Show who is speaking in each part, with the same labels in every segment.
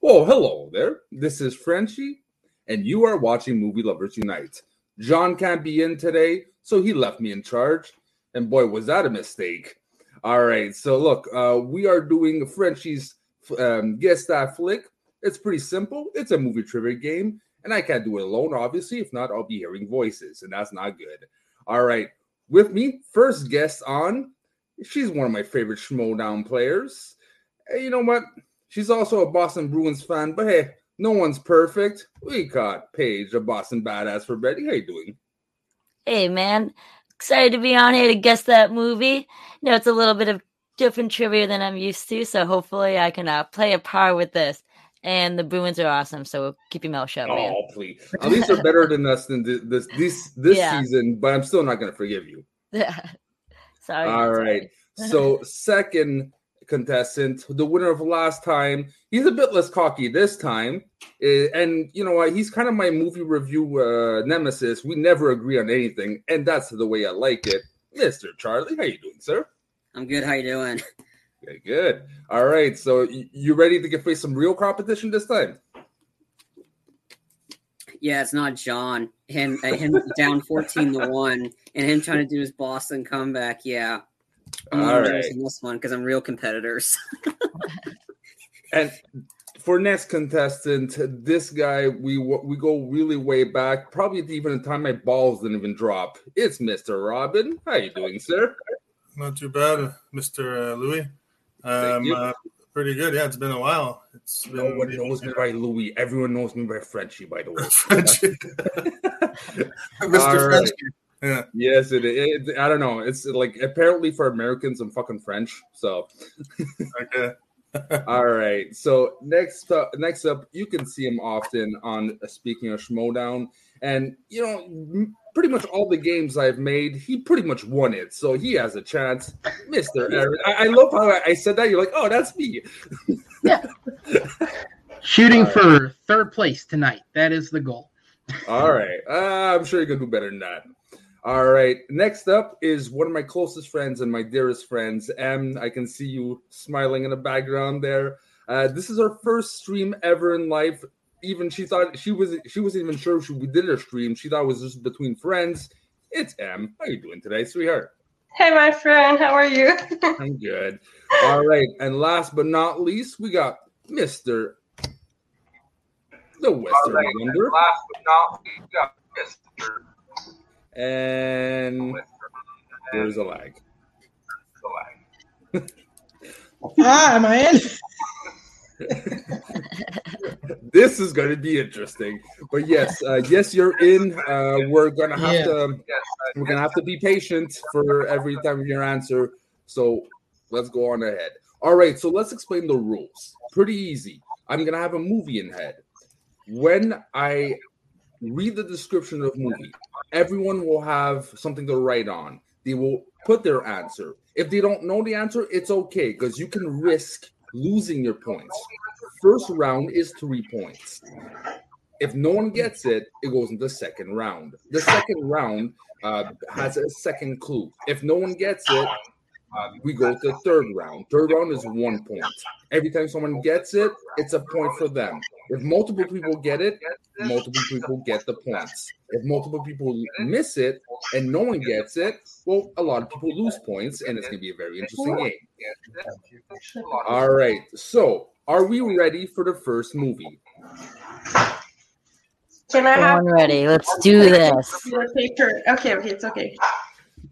Speaker 1: Well, hello there. This is Frenchie, and you are watching Movie Lovers Unite. John can't be in today, so he left me in charge. And boy, was that a mistake. All right, so look, uh, we are doing Frenchie's um, Guess That Flick. It's pretty simple, it's a movie trivia game, and I can't do it alone, obviously. If not, I'll be hearing voices, and that's not good. All right, with me, first guest on, she's one of my favorite Schmodown players. Hey, you know what? She's also a Boston Bruins fan, but hey, no one's perfect. We got Paige, a Boston badass for Betty. How you doing?
Speaker 2: Hey, man. Excited to be on here to guess that movie. You know, it's a little bit of different trivia than I'm used to, so hopefully I can uh, play a par with this. And the Bruins are awesome, so keep your mouth shut, man.
Speaker 1: Oh, please. At least they're better than us than thi- this this this
Speaker 2: Yeah.
Speaker 1: season, but I'm still not going to forgive you.
Speaker 2: sorry.
Speaker 1: All
Speaker 2: sorry.
Speaker 1: right. So, second contestant, the winner of last time, he's a bit less cocky this time. Eh, And you know what? He's kind of my movie review uh, nemesis. We never agree on anything, and that's the way I like it. Mr. Charlie, how you doing, sir?
Speaker 3: I'm good. How you doing?
Speaker 1: Okay, good. All right. So, y- you ready to get face some real competition this time?
Speaker 3: Yeah, it's not John. Him, uh, him down fourteen to one, and him trying to do his Boston comeback. Yeah, I'm
Speaker 1: All
Speaker 3: not
Speaker 1: right.
Speaker 3: nervous in this one because I'm real competitors.
Speaker 1: And for next contestant, this guy we we go really way back, probably even the time my balls didn't even drop. It's Mister Robin. How you doing, sir?
Speaker 4: Not too bad, Mr. Uh, Louis.
Speaker 1: Thank
Speaker 4: Um,
Speaker 1: you. Oh,
Speaker 4: uh, pretty good. Yeah, it's been a while. It's been
Speaker 1: Nobody knows me by Louis. Everyone knows me by Frenchie, by the way.
Speaker 4: French.
Speaker 1: All
Speaker 4: Mr. French.
Speaker 1: right. Yes, it, it. I don't know. It's like apparently for Americans, I'm fucking French. So
Speaker 4: Okay.
Speaker 1: All right. So next up, next up, you can see him often on uh, Speaking of Schmodown, and you know, m- pretty much all the games I've made, he pretty much won it. So he has a chance, Mister Aaron. I, I love how I, I said that. You're like, oh, that's me.
Speaker 5: Shooting
Speaker 1: All
Speaker 5: for third place tonight. That is the goal.
Speaker 1: All right. Uh, I'm sure you can do better than that. All right. Next up is one of my closest friends and my dearest friends, Em. I can see you smiling in the background there. Uh, this is our first stream ever in life. Even she thought she was she wasn't even sure if she, we did a stream. She thought it was just between friends. It's Em. How you doing today, sweetheart?
Speaker 6: Hey, my friend, how are you?
Speaker 1: I'm good. All right. And last but not least, we got Mr. The Western Wonder.
Speaker 7: Last but not least, yeah, Mr.
Speaker 1: And there's a lag.
Speaker 7: Select.
Speaker 8: Ah, am I in?
Speaker 1: This is going to be interesting. But yes, uh, yes, you're in. Uh, we're gonna have
Speaker 8: Yeah.
Speaker 1: to.
Speaker 7: Yes, uh,
Speaker 1: We're gonna have to be patient for every time your answer. So let's go on ahead. All right. So let's explain the rules. Pretty easy. I'm gonna have a movie in head. When I read the description of movie, everyone will have something to write on. They will put their answer. If they don't know the answer, it's okay because you can risk losing your points. First round is three points. If no one gets it, it goes into the second round. The second round uh, has a second clue. If no one gets it, uh, we go to the third round. Third round is one point. Every time someone gets it, it's a point for them. If multiple people get it, multiple people get the points. If multiple people miss it and no one gets it, well, a lot of people lose points, and it's going to be a very interesting game. All right. So, are we ready for the first movie?
Speaker 6: Can I have
Speaker 2: Born ready. Let's do this.
Speaker 6: your paper? Okay, okay, it's okay.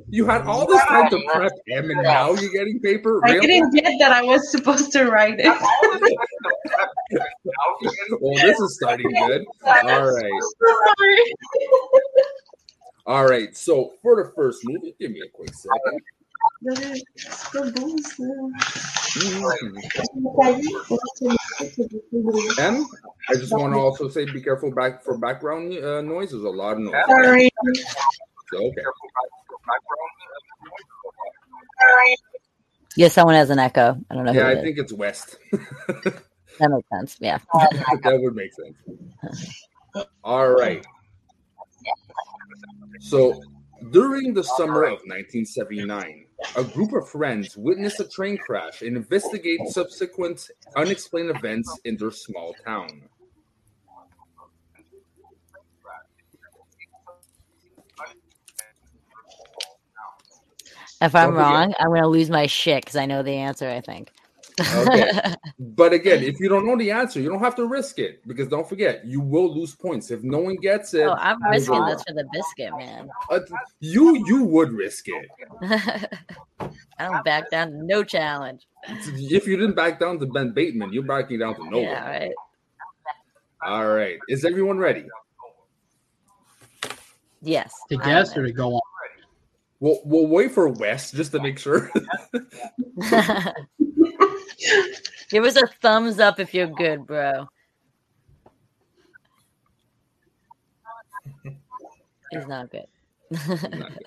Speaker 1: You had all this time to prep M, and now you're getting paper.
Speaker 6: I
Speaker 1: Really?
Speaker 6: didn't get that I was supposed to write it.
Speaker 1: Well, this is starting good. All right.
Speaker 6: Sorry.
Speaker 1: All right. So, for the first movie, give me a quick second.
Speaker 6: That is so boozing.
Speaker 1: Mhm. M, I just want to also say be careful back for background uh, noise. There's a lot of noise.
Speaker 6: Sorry.
Speaker 1: So, okay.
Speaker 2: Yeah, someone has an echo. I don't know
Speaker 1: Yeah,
Speaker 2: who it
Speaker 1: I
Speaker 2: is.
Speaker 1: think it's West.
Speaker 2: that makes sense. Yeah.
Speaker 1: that would make sense. All right. So during the summer of 1979, a group of friends witness a train crash and investigate subsequent unexplained events in their small town.
Speaker 2: If I'm
Speaker 1: Don't forget-
Speaker 2: wrong, I'm gonna lose my shit because I know the answer. I think.
Speaker 1: Okay. But again, if you don't know the answer, you don't have to risk it because don't forget, you will lose points if no one gets it.
Speaker 2: oh, I'm
Speaker 1: I
Speaker 2: risking
Speaker 1: will.
Speaker 2: this for the biscuit, man.
Speaker 1: uh, you you would risk it
Speaker 2: I don't back down. to No challenge.
Speaker 1: if you didn't back down to Ben Bateman. You're backing down to no one.
Speaker 2: Yeah, right.
Speaker 1: All right, is everyone ready?
Speaker 2: Yes.
Speaker 5: To
Speaker 2: I'm
Speaker 5: guess or
Speaker 2: in.
Speaker 5: to go on?
Speaker 1: We'll we'll wait for Wes just to make sure.
Speaker 2: Give us a thumbs up if you're good, bro. He's not good.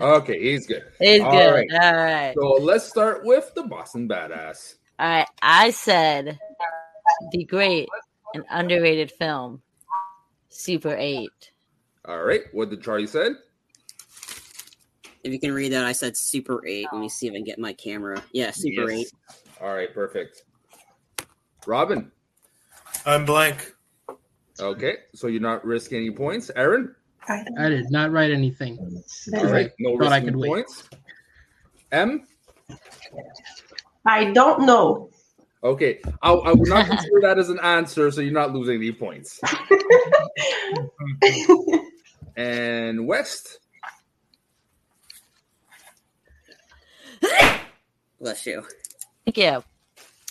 Speaker 1: okay, he's good.
Speaker 2: He's
Speaker 1: All
Speaker 2: good.
Speaker 1: right.
Speaker 2: All right.
Speaker 1: So let's start with the Boston Badass.
Speaker 2: All right. I said the great and underrated film, Super 8.
Speaker 1: All right, what did Charlie said?
Speaker 3: If you can read that, I said Super 8. Let me see if I can get my camera. Yeah, Super
Speaker 1: Yes. All right, perfect. Robin.
Speaker 4: I'm blank.
Speaker 1: Okay, so you're not risking any points, Aaron.
Speaker 6: I
Speaker 5: I did not write anything.
Speaker 1: All right, no
Speaker 5: Thought I
Speaker 1: risking
Speaker 5: could wait.
Speaker 1: points. M.
Speaker 6: I don't know.
Speaker 1: Okay, I, I would not consider that as an answer, so you're not losing any points. And West.
Speaker 3: 8. Bless you.
Speaker 2: Thank you.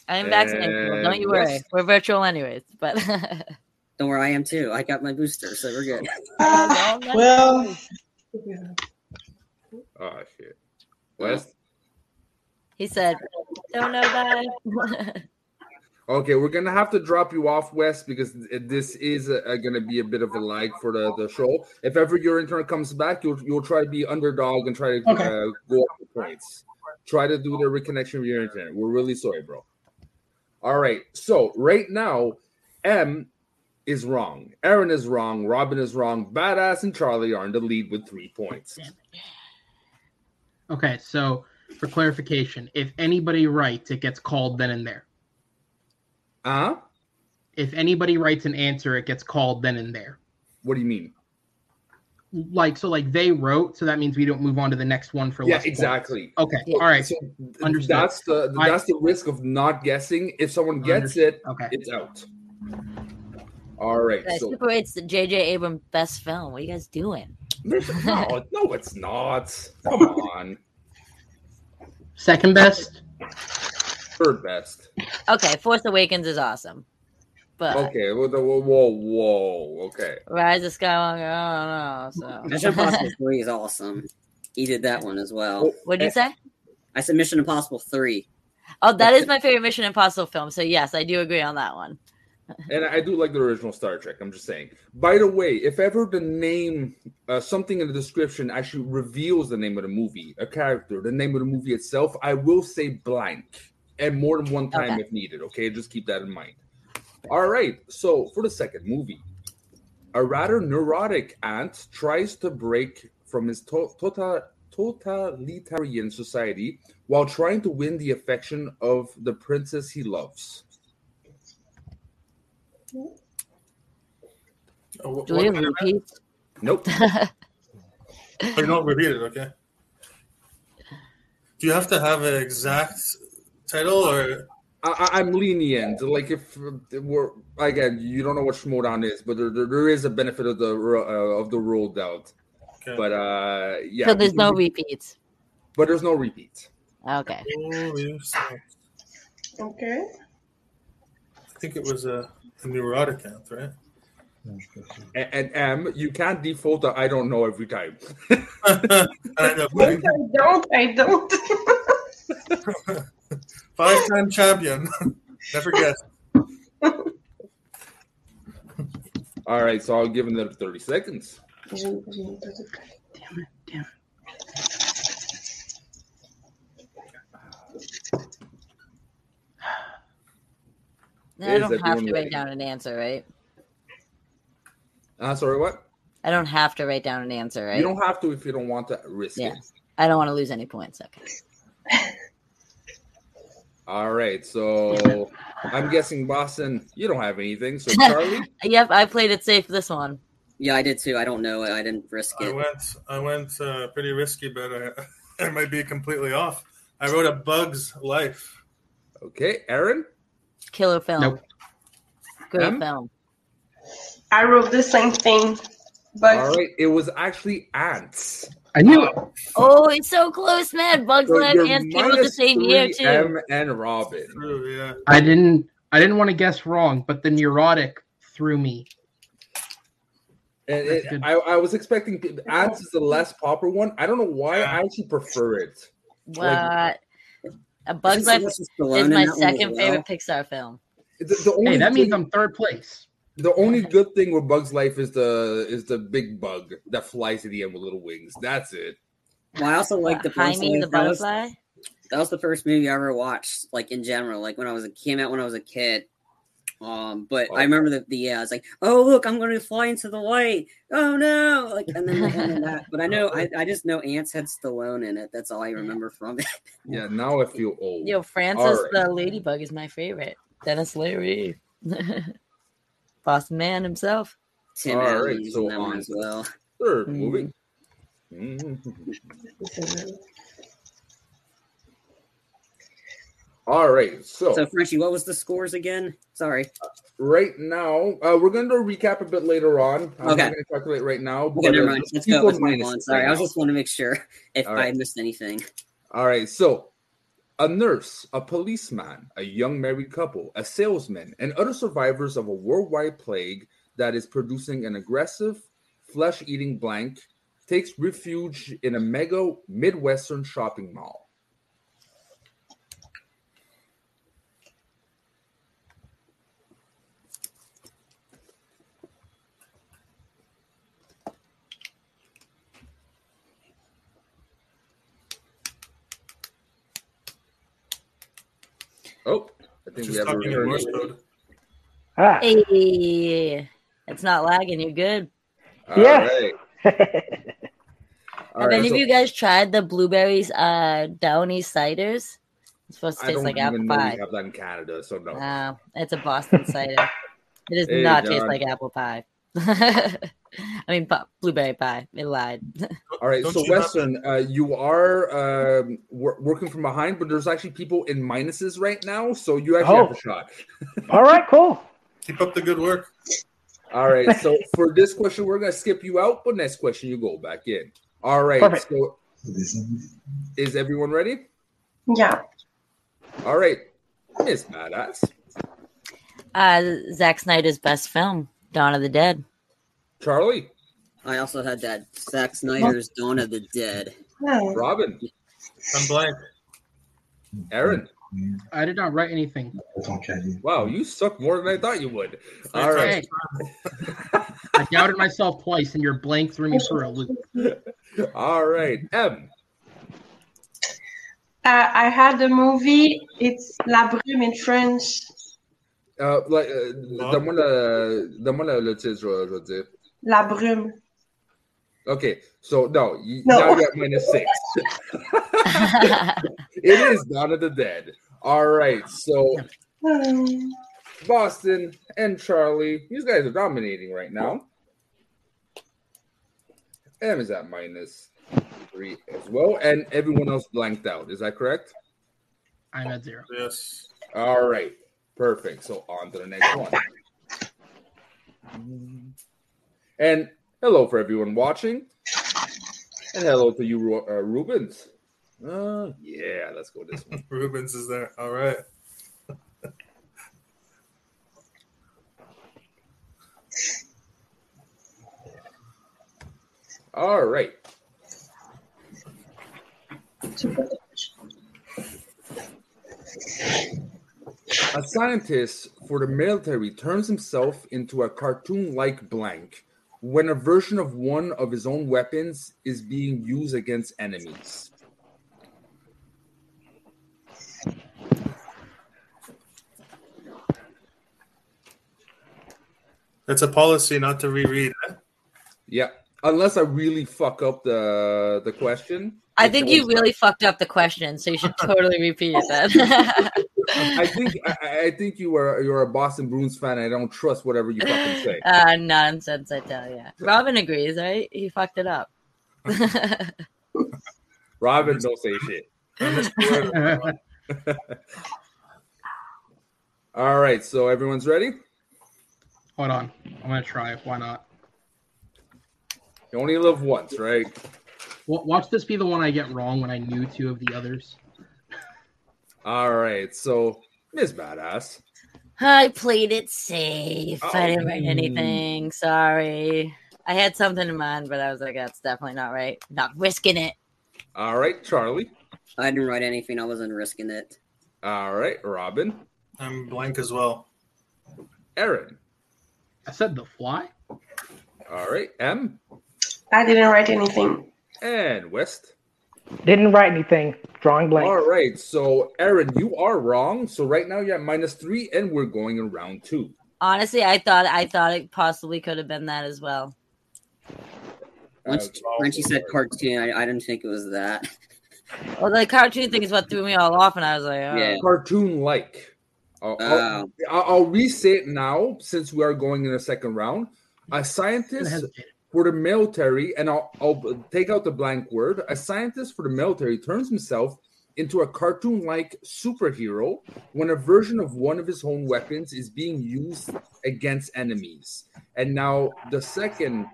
Speaker 2: I'm vaccinated. people. Don't
Speaker 1: And
Speaker 2: you worry.
Speaker 1: yes.
Speaker 2: We're virtual, anyways. But
Speaker 3: Don't worry, I am too. I got my booster, so we're good.
Speaker 6: well,
Speaker 1: Oh shit. West.
Speaker 2: he said, Don't know that.
Speaker 1: Okay, we're gonna have to drop you off, West, because this is uh gonna be a bit of a lag for the, the show. If ever your intern comes back, you'll you'll try to be underdog and try to
Speaker 5: Okay.
Speaker 1: uh, go up the points. Try to do the reconnection with your internet. We're really sorry, bro. All right, so right now, M is wrong, Aaron is wrong, Robin is wrong, Badass and Charlie are in the lead with three points.
Speaker 5: Okay, so for clarification, if anybody writes, it gets called then and there.
Speaker 1: Huh?
Speaker 5: If anybody writes an answer, it gets called then and there.
Speaker 1: What do you mean?
Speaker 5: Like so, like they wrote, so that means we don't move on to the next one for.
Speaker 1: yeah,
Speaker 5: less points.
Speaker 1: exactly.
Speaker 5: Okay,
Speaker 2: Yeah.
Speaker 5: all right,
Speaker 1: So th-
Speaker 5: Understood.
Speaker 1: that's the
Speaker 5: I-
Speaker 1: that's the risk of not guessing. If someone gets it,
Speaker 5: okay.
Speaker 1: it's out. All right.
Speaker 2: Yeah,
Speaker 1: So
Speaker 2: Super 8's the J.J. Abrams best film. What are you guys doing?
Speaker 1: no, no, it's not. Come on,
Speaker 5: Second best.
Speaker 1: third best.
Speaker 2: Okay, Force Awakens is awesome. But
Speaker 1: Okay. Whoa, whoa, whoa, whoa. Okay.
Speaker 2: Rise of Skywalker, I don't know.
Speaker 3: Mission
Speaker 2: So.
Speaker 3: Impossible 3 is awesome. You did that one as well.
Speaker 1: Well,
Speaker 2: What'd you say?
Speaker 3: I said Mission Impossible 3.
Speaker 2: Oh, that
Speaker 3: that's
Speaker 2: is my favorite Mission Impossible film. So, yes, I do agree on that one.
Speaker 1: And I do like the original Star Trek. I'm just saying. By the way, if ever the name, uh, something in the description actually reveals the name of the movie, a character, the name of the movie itself, I will say blank and more than one time
Speaker 2: Okay.
Speaker 1: if needed. Okay. Just keep that in mind. All right. So for the second movie, a rather neurotic aunt tries to break from his to- tota- totalitarian society while trying to win the affection of the princess he loves.
Speaker 4: Oh, wh-
Speaker 2: Do we
Speaker 4: what-
Speaker 2: repeat?
Speaker 1: Nope.
Speaker 4: Oh, you don't repeat it, okay? Do you have to have an exact title or
Speaker 1: I, I- I'm lenient. Like if we're again, you don't know what Schmodown is, but there, there, there is a benefit of the ru- uh, of the rule dealt.
Speaker 4: okay.
Speaker 1: But uh, yeah,
Speaker 2: so, there's
Speaker 1: we-
Speaker 2: no repeats.
Speaker 1: but there's no repeats.
Speaker 2: Okay.
Speaker 4: Holy smokes.
Speaker 6: okay.
Speaker 4: I think it was a, a neurotic aunt, right?
Speaker 1: And, and M, you can't default to I don't know every time.
Speaker 4: I know, right?
Speaker 6: Yes, I don't. I don't.
Speaker 4: Five-time champion. Never guess.
Speaker 1: All right, so I'll give him another thirty seconds.
Speaker 5: Damn it! Damn it!
Speaker 2: Now I
Speaker 1: Is
Speaker 2: don't have
Speaker 1: everyone
Speaker 2: to
Speaker 1: ready?
Speaker 2: write down an answer, right?
Speaker 1: Uh, sorry, what? Uh,
Speaker 2: I don't have to write down an answer, right?
Speaker 1: You don't have to if you don't want to risk
Speaker 2: Yeah.
Speaker 1: it.
Speaker 2: I don't want to lose any points. Okay.
Speaker 1: All right, so I'm guessing Boston, you don't have anything. So Charlie,
Speaker 2: Yep, I played it safe this one.
Speaker 3: Yeah, I did too. I don't know. I didn't risk
Speaker 4: I
Speaker 3: it.
Speaker 4: went, I went uh, pretty risky, but I, I might be completely off. I wrote a bug's life.
Speaker 1: okay, Aaron,
Speaker 2: Killer film.
Speaker 5: Nope.
Speaker 2: Great
Speaker 1: Em?
Speaker 2: film.
Speaker 6: I wrote the same thing,
Speaker 1: all
Speaker 6: but
Speaker 1: right, it was actually ants.
Speaker 5: I knew it.
Speaker 2: Oh, it's so close, man. Bugs
Speaker 1: So
Speaker 2: Life
Speaker 1: you're
Speaker 2: and came out the
Speaker 1: minus
Speaker 2: same year
Speaker 1: three,
Speaker 2: too.
Speaker 1: M and Robin.
Speaker 4: True, yeah.
Speaker 5: I didn't. I didn't want to guess wrong, but the neurotic threw me.
Speaker 1: And
Speaker 5: That's
Speaker 1: it,
Speaker 5: good.
Speaker 1: I, I was expecting ants is the less popular one. I don't know why. I actually prefer it.
Speaker 2: What? A Bug's Life is
Speaker 3: Sylvester Stallone in
Speaker 2: my
Speaker 3: that one as
Speaker 2: second
Speaker 3: well.
Speaker 2: favorite Pixar film.
Speaker 1: The, the only
Speaker 5: Hey, that means
Speaker 1: thing-
Speaker 5: I'm third place.
Speaker 1: the only good thing with Bug's Life is the is the big bug that flies to the end with little wings. That's it.
Speaker 3: Well, I also like the
Speaker 2: Jaime
Speaker 3: Bug's
Speaker 2: the
Speaker 3: Life. That was-
Speaker 2: Butterfly.
Speaker 3: That was the first movie I ever watched, like in general, like when I was a came out when I was a kid. Um, but
Speaker 1: Oh.
Speaker 3: I remember the, the yeah, I was like, oh look, I'm going to fly into the light. Oh no, like and then, and then that. But I know I, I just know ants had Stallone in it. That's all I remember from it.
Speaker 1: Yeah, now I feel old.
Speaker 2: Yo, Francis
Speaker 1: Alright.
Speaker 2: the Ladybug is my favorite. Dennis Leary. Boss man himself.
Speaker 3: Tim
Speaker 1: All
Speaker 3: Allen
Speaker 1: right,
Speaker 3: was
Speaker 1: so
Speaker 3: in that one
Speaker 1: on.
Speaker 3: as well.
Speaker 1: Third
Speaker 3: Mm-hmm.
Speaker 2: Mm.
Speaker 1: movie. Mhm. All right, so,
Speaker 3: So Frenchie, what was the scores again? Sorry.
Speaker 1: right now uh, we're going to recap a bit later on. I'm
Speaker 3: Okay.
Speaker 1: not going to calculate right now.
Speaker 3: Okay,
Speaker 1: uh,
Speaker 3: never mind.
Speaker 1: there's
Speaker 3: Let's go.
Speaker 1: equal
Speaker 3: Let's move
Speaker 1: minuses
Speaker 3: on. Sorry,
Speaker 1: right
Speaker 3: I was
Speaker 1: now.
Speaker 3: just want to make sure if
Speaker 1: All
Speaker 3: I
Speaker 1: right.
Speaker 3: missed anything.
Speaker 1: All right, so a nurse, a policeman, a young married couple, a salesman, and other survivors of a worldwide plague that is producing an aggressive, flesh eating blank takes refuge in a mega Midwestern shopping mall. Oh, I think
Speaker 4: She's
Speaker 1: we have a
Speaker 4: talking in Morse
Speaker 1: review.
Speaker 4: code.
Speaker 8: Ah.
Speaker 2: Hey, it's not lagging. You're good.
Speaker 1: All
Speaker 8: Yes.
Speaker 1: right. All
Speaker 2: Have
Speaker 1: right,
Speaker 2: any
Speaker 1: so
Speaker 2: of you guys tried the blueberries uh downy ciders? It's supposed to
Speaker 1: I
Speaker 2: taste
Speaker 1: don't
Speaker 2: like apple
Speaker 1: even know
Speaker 2: pie.
Speaker 1: we have that in Canada, so no.
Speaker 2: Uh, it's a Boston cider. It does
Speaker 1: Hey,
Speaker 2: not taste
Speaker 1: John.
Speaker 2: like apple pie. I mean, pu- blueberry pie. It lied.
Speaker 1: All right,
Speaker 4: Don't
Speaker 1: so
Speaker 4: you have-
Speaker 1: Western, uh, you are um, wor- working from behind, but there's actually people in minuses right now, so you actually
Speaker 8: Oh.
Speaker 1: have a shot.
Speaker 8: All right, cool.
Speaker 4: Keep up the good work.
Speaker 1: All right, so for this question, we're gonna skip you out, but next question you go back in. All right,
Speaker 8: Perfect.
Speaker 1: so is everyone ready?
Speaker 6: yeah.
Speaker 1: All right, Miss Badass,
Speaker 2: Uh, Zack Snyder's best film, Dawn of the Dead.
Speaker 1: Charlie,
Speaker 3: I also had that Zack Snyder's Dawn of the Dead.
Speaker 6: Yeah.
Speaker 1: Robin,
Speaker 4: I'm blank.
Speaker 1: Aaron.
Speaker 5: I did not write anything.
Speaker 1: Wow, you suck more than I thought you would.
Speaker 4: Three
Speaker 1: All right,
Speaker 5: Hey. I doubted myself twice, and your blank threw me for a loop.
Speaker 1: all right, M.
Speaker 6: Uh, I had the movie. It's La Brume in French.
Speaker 1: Uh, like, uh, donne-moi le, donne-moi le, le titre, je vais- je vais dire.
Speaker 6: La Brume.
Speaker 1: Okay, so no, you,
Speaker 6: No.
Speaker 1: now you're at minus six. it is Dawn of the Dead. All right, so
Speaker 6: Hmm.
Speaker 1: Boston and Charlie, these guys are dominating right now. M is at minus three as well, and everyone else blanked out. Is that correct?
Speaker 5: I'm at zero.
Speaker 4: Yes.
Speaker 1: All right, perfect. So on to the next one. And hello for everyone watching, and hello to you, Ru- uh, Rubens. Uh, yeah, let's go this one.
Speaker 4: Rubens is there. All right.
Speaker 1: All right. A scientist for the military turns himself into a cartoon like blank when a version of one of his own weapons is being used against enemies.
Speaker 4: It's a policy not to reread.
Speaker 1: Yeah. unless I really fuck up the the question.
Speaker 2: I
Speaker 1: which
Speaker 2: think
Speaker 1: I
Speaker 2: you
Speaker 1: will-
Speaker 2: really fucked up the question, so you should totally repeat it then.
Speaker 1: I think I, I- I think you are you're a Boston Bruins fan. And I don't trust whatever you fucking say.
Speaker 2: Uh, nonsense, I tell you. Robin agrees, right? He fucked it up.
Speaker 1: Robin don't say shit. All right, so everyone's ready.
Speaker 5: Hold on. I'm going to try it. Why not?
Speaker 1: You only live once, right?
Speaker 5: Wa- Watch this be the one I get wrong when I knew two of the others.
Speaker 1: All right, so Miss Badass.
Speaker 2: I played it safe. I didn't write
Speaker 5: Oh.
Speaker 2: anything. Sorry. I had something in mind, but I was like, that's definitely not right. Not risking it.
Speaker 1: All right, Charlie.
Speaker 3: I didn't write anything. I wasn't risking it.
Speaker 1: All right, Robin.
Speaker 4: I'm blank as well.
Speaker 1: Aaron.
Speaker 5: I said the fly.
Speaker 1: All right, M.
Speaker 6: I didn't write anything.
Speaker 1: And West.
Speaker 8: Didn't write anything. Drawing blank.
Speaker 1: All right, so Aaron, you are wrong. So right now you're at minus three, and we're going in round two.
Speaker 2: Honestly, I thought I thought it possibly could have been that as well.
Speaker 3: Once,
Speaker 1: Uh, Charles
Speaker 3: once you said
Speaker 1: is right.
Speaker 3: cartoon, I, I didn't think it was that.
Speaker 2: Well, the cartoon thing is what threw me all off, and I was like, oh.
Speaker 3: Yeah.
Speaker 1: cartoon like. I'll, I'll,
Speaker 3: Oh.
Speaker 1: I'll- I'll re-say it now since we are going in a second round. A
Speaker 5: I
Speaker 1: scientist
Speaker 5: hesitated.
Speaker 1: for the military, and I'll, I'll take out the blank word. A scientist for the military turns himself into a cartoon like superhero when a version of one of his own weapons is being used against enemies. And now the second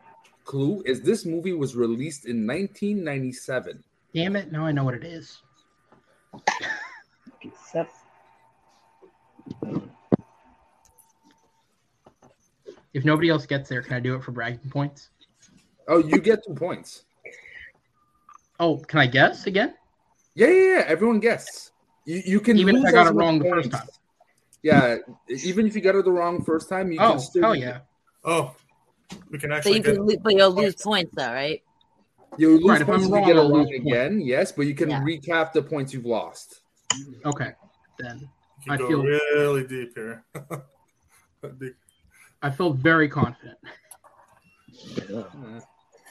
Speaker 1: clue is this movie was released in 1997.
Speaker 5: Damn it. Now I know what it is.
Speaker 8: Yep.
Speaker 5: If nobody else gets there, can I do it for bragging points?
Speaker 1: Oh, you get two points.
Speaker 5: Oh, can I guess again?
Speaker 1: Yeah, yeah, yeah. Everyone guessed. You, you can
Speaker 5: Even if
Speaker 1: lose
Speaker 5: I got
Speaker 1: as
Speaker 5: it
Speaker 1: much
Speaker 5: wrong the first
Speaker 1: points.
Speaker 5: time.
Speaker 1: Yeah, even if you got it the wrong first time, you
Speaker 5: Oh,
Speaker 1: can still
Speaker 5: hell yeah.
Speaker 4: Oh, we can
Speaker 2: So
Speaker 4: actually
Speaker 2: you
Speaker 4: get.
Speaker 2: can, lo- but you'll lose points though, right?
Speaker 1: You lose
Speaker 5: Right, if
Speaker 1: points
Speaker 5: I'm
Speaker 1: if
Speaker 5: wrong,
Speaker 1: you get it
Speaker 5: I'll
Speaker 1: wrong
Speaker 5: lose points.
Speaker 1: again, yes, but you can
Speaker 2: Yeah.
Speaker 1: recap the points you've lost.
Speaker 5: Okay. Then
Speaker 4: you can
Speaker 5: I
Speaker 4: go
Speaker 5: feel-
Speaker 4: really deep here. Dig-
Speaker 5: I feel very confident.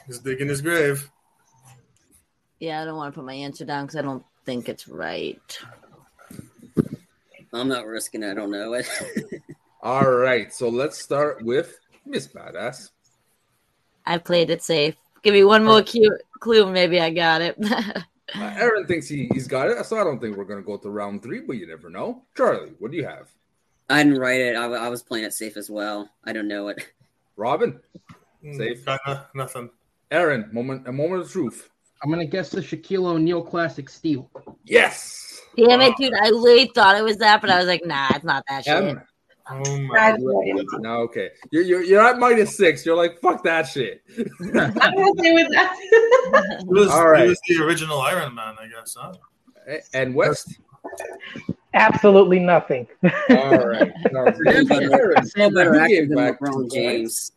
Speaker 4: He's digging his grave.
Speaker 2: Yeah, I don't want to put my answer down because I don't think it's right.
Speaker 3: I'm not risking it. I don't know it.
Speaker 1: All right, so let's start with Miss Badass.
Speaker 2: I played it safe. Give me one more cue, clue, and maybe I got it.
Speaker 1: Uh, Aaron thinks he, he's got it, so I don't think we're going to go to round three, but you never know. Charlie, what do you have?
Speaker 3: I didn't write it. I, wa- I was playing it safe as well. I don't know it.
Speaker 1: Robin,
Speaker 4: Mm,
Speaker 1: Safe.
Speaker 4: Got no- nothing.
Speaker 1: Aaron, moment, a moment of truth.
Speaker 5: I'm going to guess the Shaquille O'Neal classic steal.
Speaker 1: Yes.
Speaker 2: Damn it, dude! I literally thought it was that, but I was like, nah, it's not that shit.
Speaker 1: M.
Speaker 4: Oh
Speaker 6: I
Speaker 4: my.
Speaker 6: didn't write anything.
Speaker 1: No, okay. You're, you're, you're at minus six. You're like, fuck that shit.
Speaker 6: I was there with that.
Speaker 4: It was,
Speaker 1: All right.
Speaker 4: it was the original Iron Man, I guess. Huh?
Speaker 1: A- And West?
Speaker 8: Absolutely nothing.
Speaker 1: All right. No,
Speaker 3: No
Speaker 1: forget
Speaker 3: better,
Speaker 1: Aaron.
Speaker 3: no better
Speaker 1: You
Speaker 3: actor
Speaker 1: gave
Speaker 3: than
Speaker 1: back two
Speaker 3: LeBron
Speaker 1: points.
Speaker 3: James.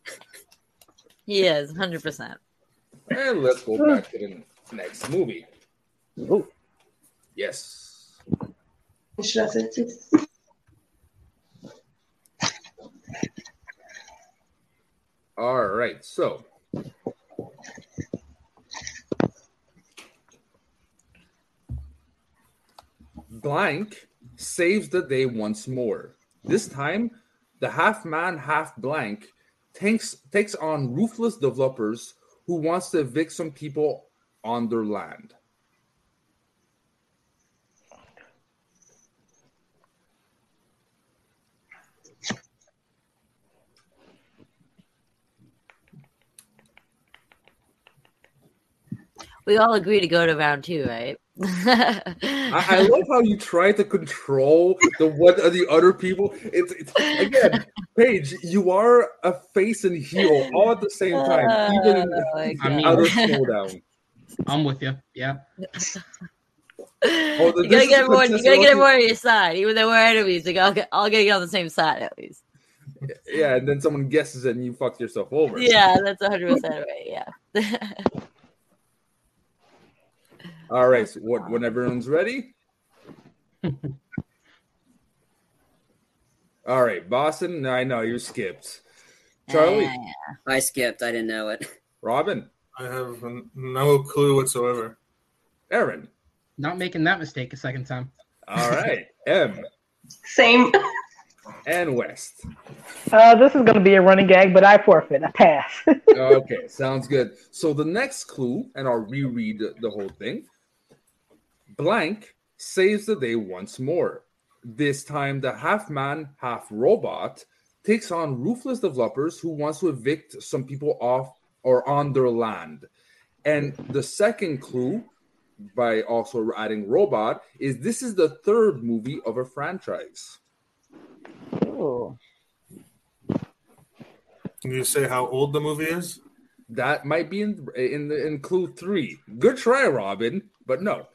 Speaker 2: He is hundred percent.
Speaker 1: And let's go back to the next movie. Oh.
Speaker 8: Ooh.
Speaker 1: Yes.
Speaker 6: Should I say this?
Speaker 1: All right. So, blank saves the day once more. This time, the half man, half blank takes takes on ruthless developers who wants to evict some people on their land.
Speaker 2: We all agree to go to round two, right?
Speaker 1: I, I love how you try to control the what are the other people. It's, it's again, Paige, you are a face and heel all at the same time, even in
Speaker 2: Oh, my
Speaker 5: I mean-
Speaker 2: God.
Speaker 1: outer slowdown.
Speaker 5: I'm with you. Yeah.
Speaker 1: Oh,
Speaker 2: you
Speaker 1: this
Speaker 2: gotta
Speaker 1: is
Speaker 2: get everyone. You
Speaker 1: contested
Speaker 2: gotta get
Speaker 1: lucky-
Speaker 2: everyone on your side, even though we're enemies. Like all, get- all gotta get on the same side at least.
Speaker 1: Yeah, and then someone guesses it and you fucked yourself over.
Speaker 2: Yeah, that's hundred percent right. Yeah.
Speaker 1: All right. So what, when everyone's ready. All right, Boston. I know you skipped. Charlie.
Speaker 2: Eh,
Speaker 3: I skipped. I didn't know it.
Speaker 1: Robin,
Speaker 4: I have n- no clue whatsoever.
Speaker 1: Aaron.
Speaker 5: Not making that mistake a second time.
Speaker 1: All right, M
Speaker 6: Same.
Speaker 1: and West.
Speaker 8: Uh, this is going to be a running gag, but I forfeit. I pass.
Speaker 1: Okay, sounds good. So the next clue, and I'll reread the- the whole thing. Blank saves the day once more. This time, the half man, half robot takes on ruthless developers who wants to evict some people off or on their land. And the second clue, by also adding robot, is this is the third movie of a franchise.
Speaker 9: Ooh.
Speaker 4: Can you say how old the movie is?
Speaker 1: That might be in in, the, in clue three. Good try, Robin, but no.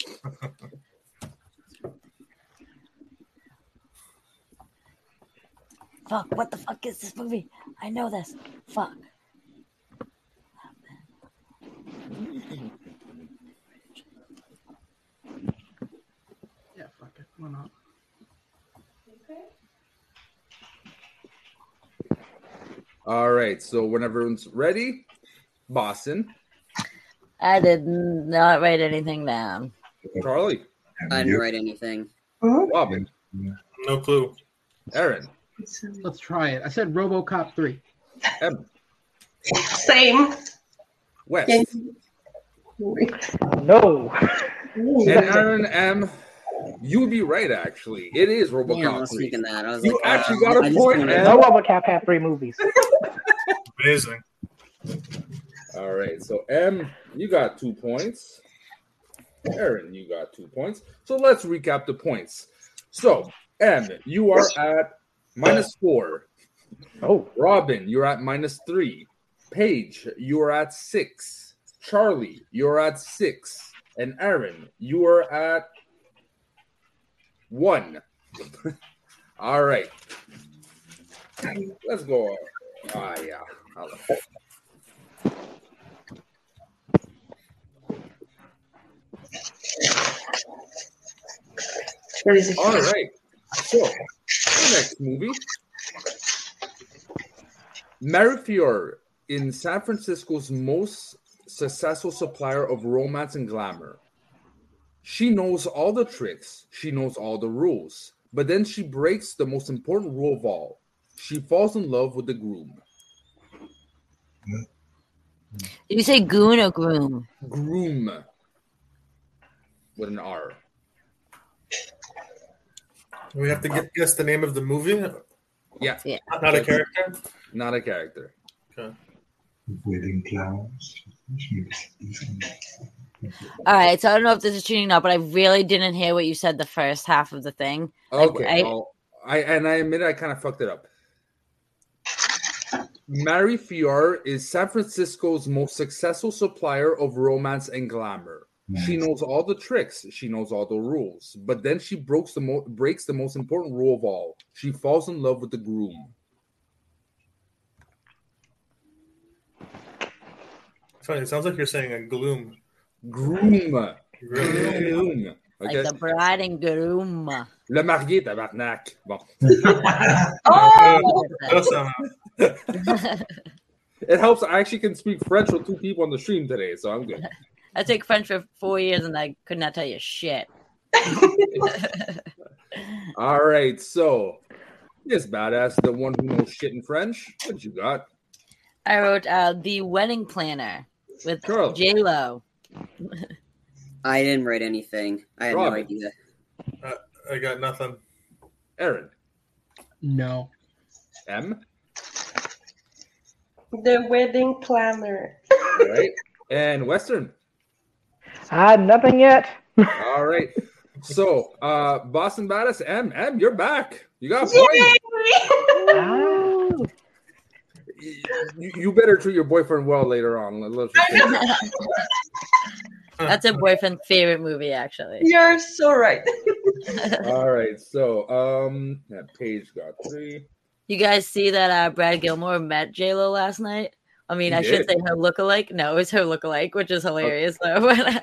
Speaker 2: Fuck, what the fuck is this movie? I know this. Fuck.
Speaker 5: Yeah, fuck it. Why not?
Speaker 1: All right. So when everyone's ready, Boston,
Speaker 2: I did not write anything down.
Speaker 1: Charlie,
Speaker 6: Ah,
Speaker 3: I didn't write anything.
Speaker 6: Mhm.
Speaker 1: Robin,
Speaker 4: No clue.
Speaker 1: Aaron,
Speaker 5: Let's try it. I said RoboCop three.
Speaker 1: M,
Speaker 6: Same.
Speaker 1: West,
Speaker 6: Yeah.
Speaker 8: no.
Speaker 1: and Aaron M. You would be right, actually. It is RoboCop.
Speaker 3: Damn, I was
Speaker 1: 3.
Speaker 3: thinking that. I was
Speaker 1: You
Speaker 3: like,
Speaker 1: actually
Speaker 3: uh,
Speaker 1: got a
Speaker 3: I just
Speaker 1: point,
Speaker 3: wanted-
Speaker 1: man.
Speaker 8: No RoboCop had three movies.
Speaker 4: Amazing.
Speaker 1: All right. So M, you got two points. Aaron, you got two points. So let's recap the points. So M, you are at minus four.
Speaker 8: Oh,
Speaker 1: Robin, you're at minus three. Paige, you're at six. Charlie, you're at six. And Aaron, you are at one. All right. Let's go. Ah, yeah. I'll-
Speaker 6: What is it?
Speaker 1: All right. So, the next movie Marifior in San Francisco's most successful supplier of romance and glamour. She knows all the tricks, she knows all the rules, but then she breaks the most important rule of all. She falls in love with the groom.
Speaker 2: Did you say goon or groom?
Speaker 1: Groom with an R.
Speaker 4: We have to gu- guess the name of the movie, not
Speaker 1: Yeah,
Speaker 4: not a character.
Speaker 1: not a character.
Speaker 7: Wedding clowns.
Speaker 2: All right, so I don't know if this is cheating or not, but I really didn't hear what you said the first half of the thing. Like,
Speaker 1: Okay.
Speaker 2: I-
Speaker 1: Oh, well, I, and I admit I kind of fucked it up. Mary Fior is San Francisco's most successful supplier of romance and glamour. She knows all the tricks. She knows all the rules. But then she breaks the mo- breaks the most important rule of all. She falls in love with the groom.
Speaker 4: Funny, it sounds like you're saying a gloom.
Speaker 1: Groom.
Speaker 4: Really?
Speaker 1: Groom. Okay.
Speaker 2: Like the bride and groom.
Speaker 1: Le marié, tabarnak. Bon.
Speaker 6: Oh,
Speaker 4: That's not-
Speaker 1: It helps. I actually can speak French with two people on the stream today, so I'm good.
Speaker 2: I took French for four years and I could not tell you shit.
Speaker 1: All right, so this badass, the one who knows shit in French. What you got?
Speaker 2: I wrote uh, The Wedding Planner with
Speaker 1: Girl.
Speaker 2: J Lo.
Speaker 3: I didn't write anything. I had no
Speaker 1: Robin.
Speaker 3: idea.
Speaker 4: I got nothing.
Speaker 1: Aaron,
Speaker 5: No.
Speaker 1: M,
Speaker 6: the wedding planner.
Speaker 1: all right, and Western.
Speaker 8: I had nothing yet.
Speaker 1: All right, so uh Boston badass, M, M, you're back. You got a point.
Speaker 6: Yay!
Speaker 8: Ah,
Speaker 1: You, you better treat your boyfriend well later on. Let's just say that.
Speaker 2: That's a boyfriend's favorite movie, actually.
Speaker 6: You're so right. Oh
Speaker 1: All right, so um, that page got three.
Speaker 2: You guys see that uh, Brad Gilmore met J Lo last night? I mean,
Speaker 1: He
Speaker 2: I should
Speaker 1: did.
Speaker 2: uh, say her lookalike. No, it was her lookalike, which is hilarious though.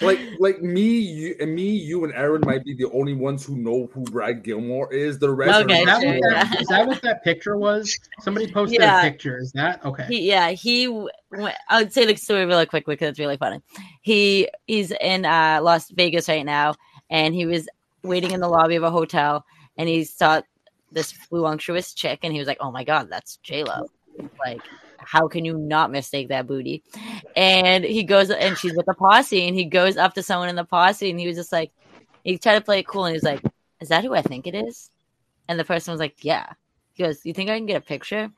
Speaker 1: like like me, you, and me, you, and Aaron might be the only ones who know who Brad Gilmore is. The rest, are-
Speaker 2: Okay,
Speaker 5: Is that,
Speaker 2: sure,
Speaker 5: what that,
Speaker 2: yeah.
Speaker 5: is that what that picture was? Somebody posted
Speaker 2: Yeah.
Speaker 5: a picture. Is that okay?
Speaker 2: He, yeah, he. w- Went, I would say the story really quickly because it's really funny. He he's in uh, Las Vegas right now, and he was waiting in the lobby of a hotel, and he saw this voluptuous chick, and he was like, "Oh my god, that's J Lo! Like, how can you not mistake that booty?" And he goes, and she's with the posse, and he goes up to someone in the posse, and he was just like, he tried to play it cool, and he was like, "Is that who I think it is?" And the person was like, "Yeah." He goes, "You think I can get a picture?"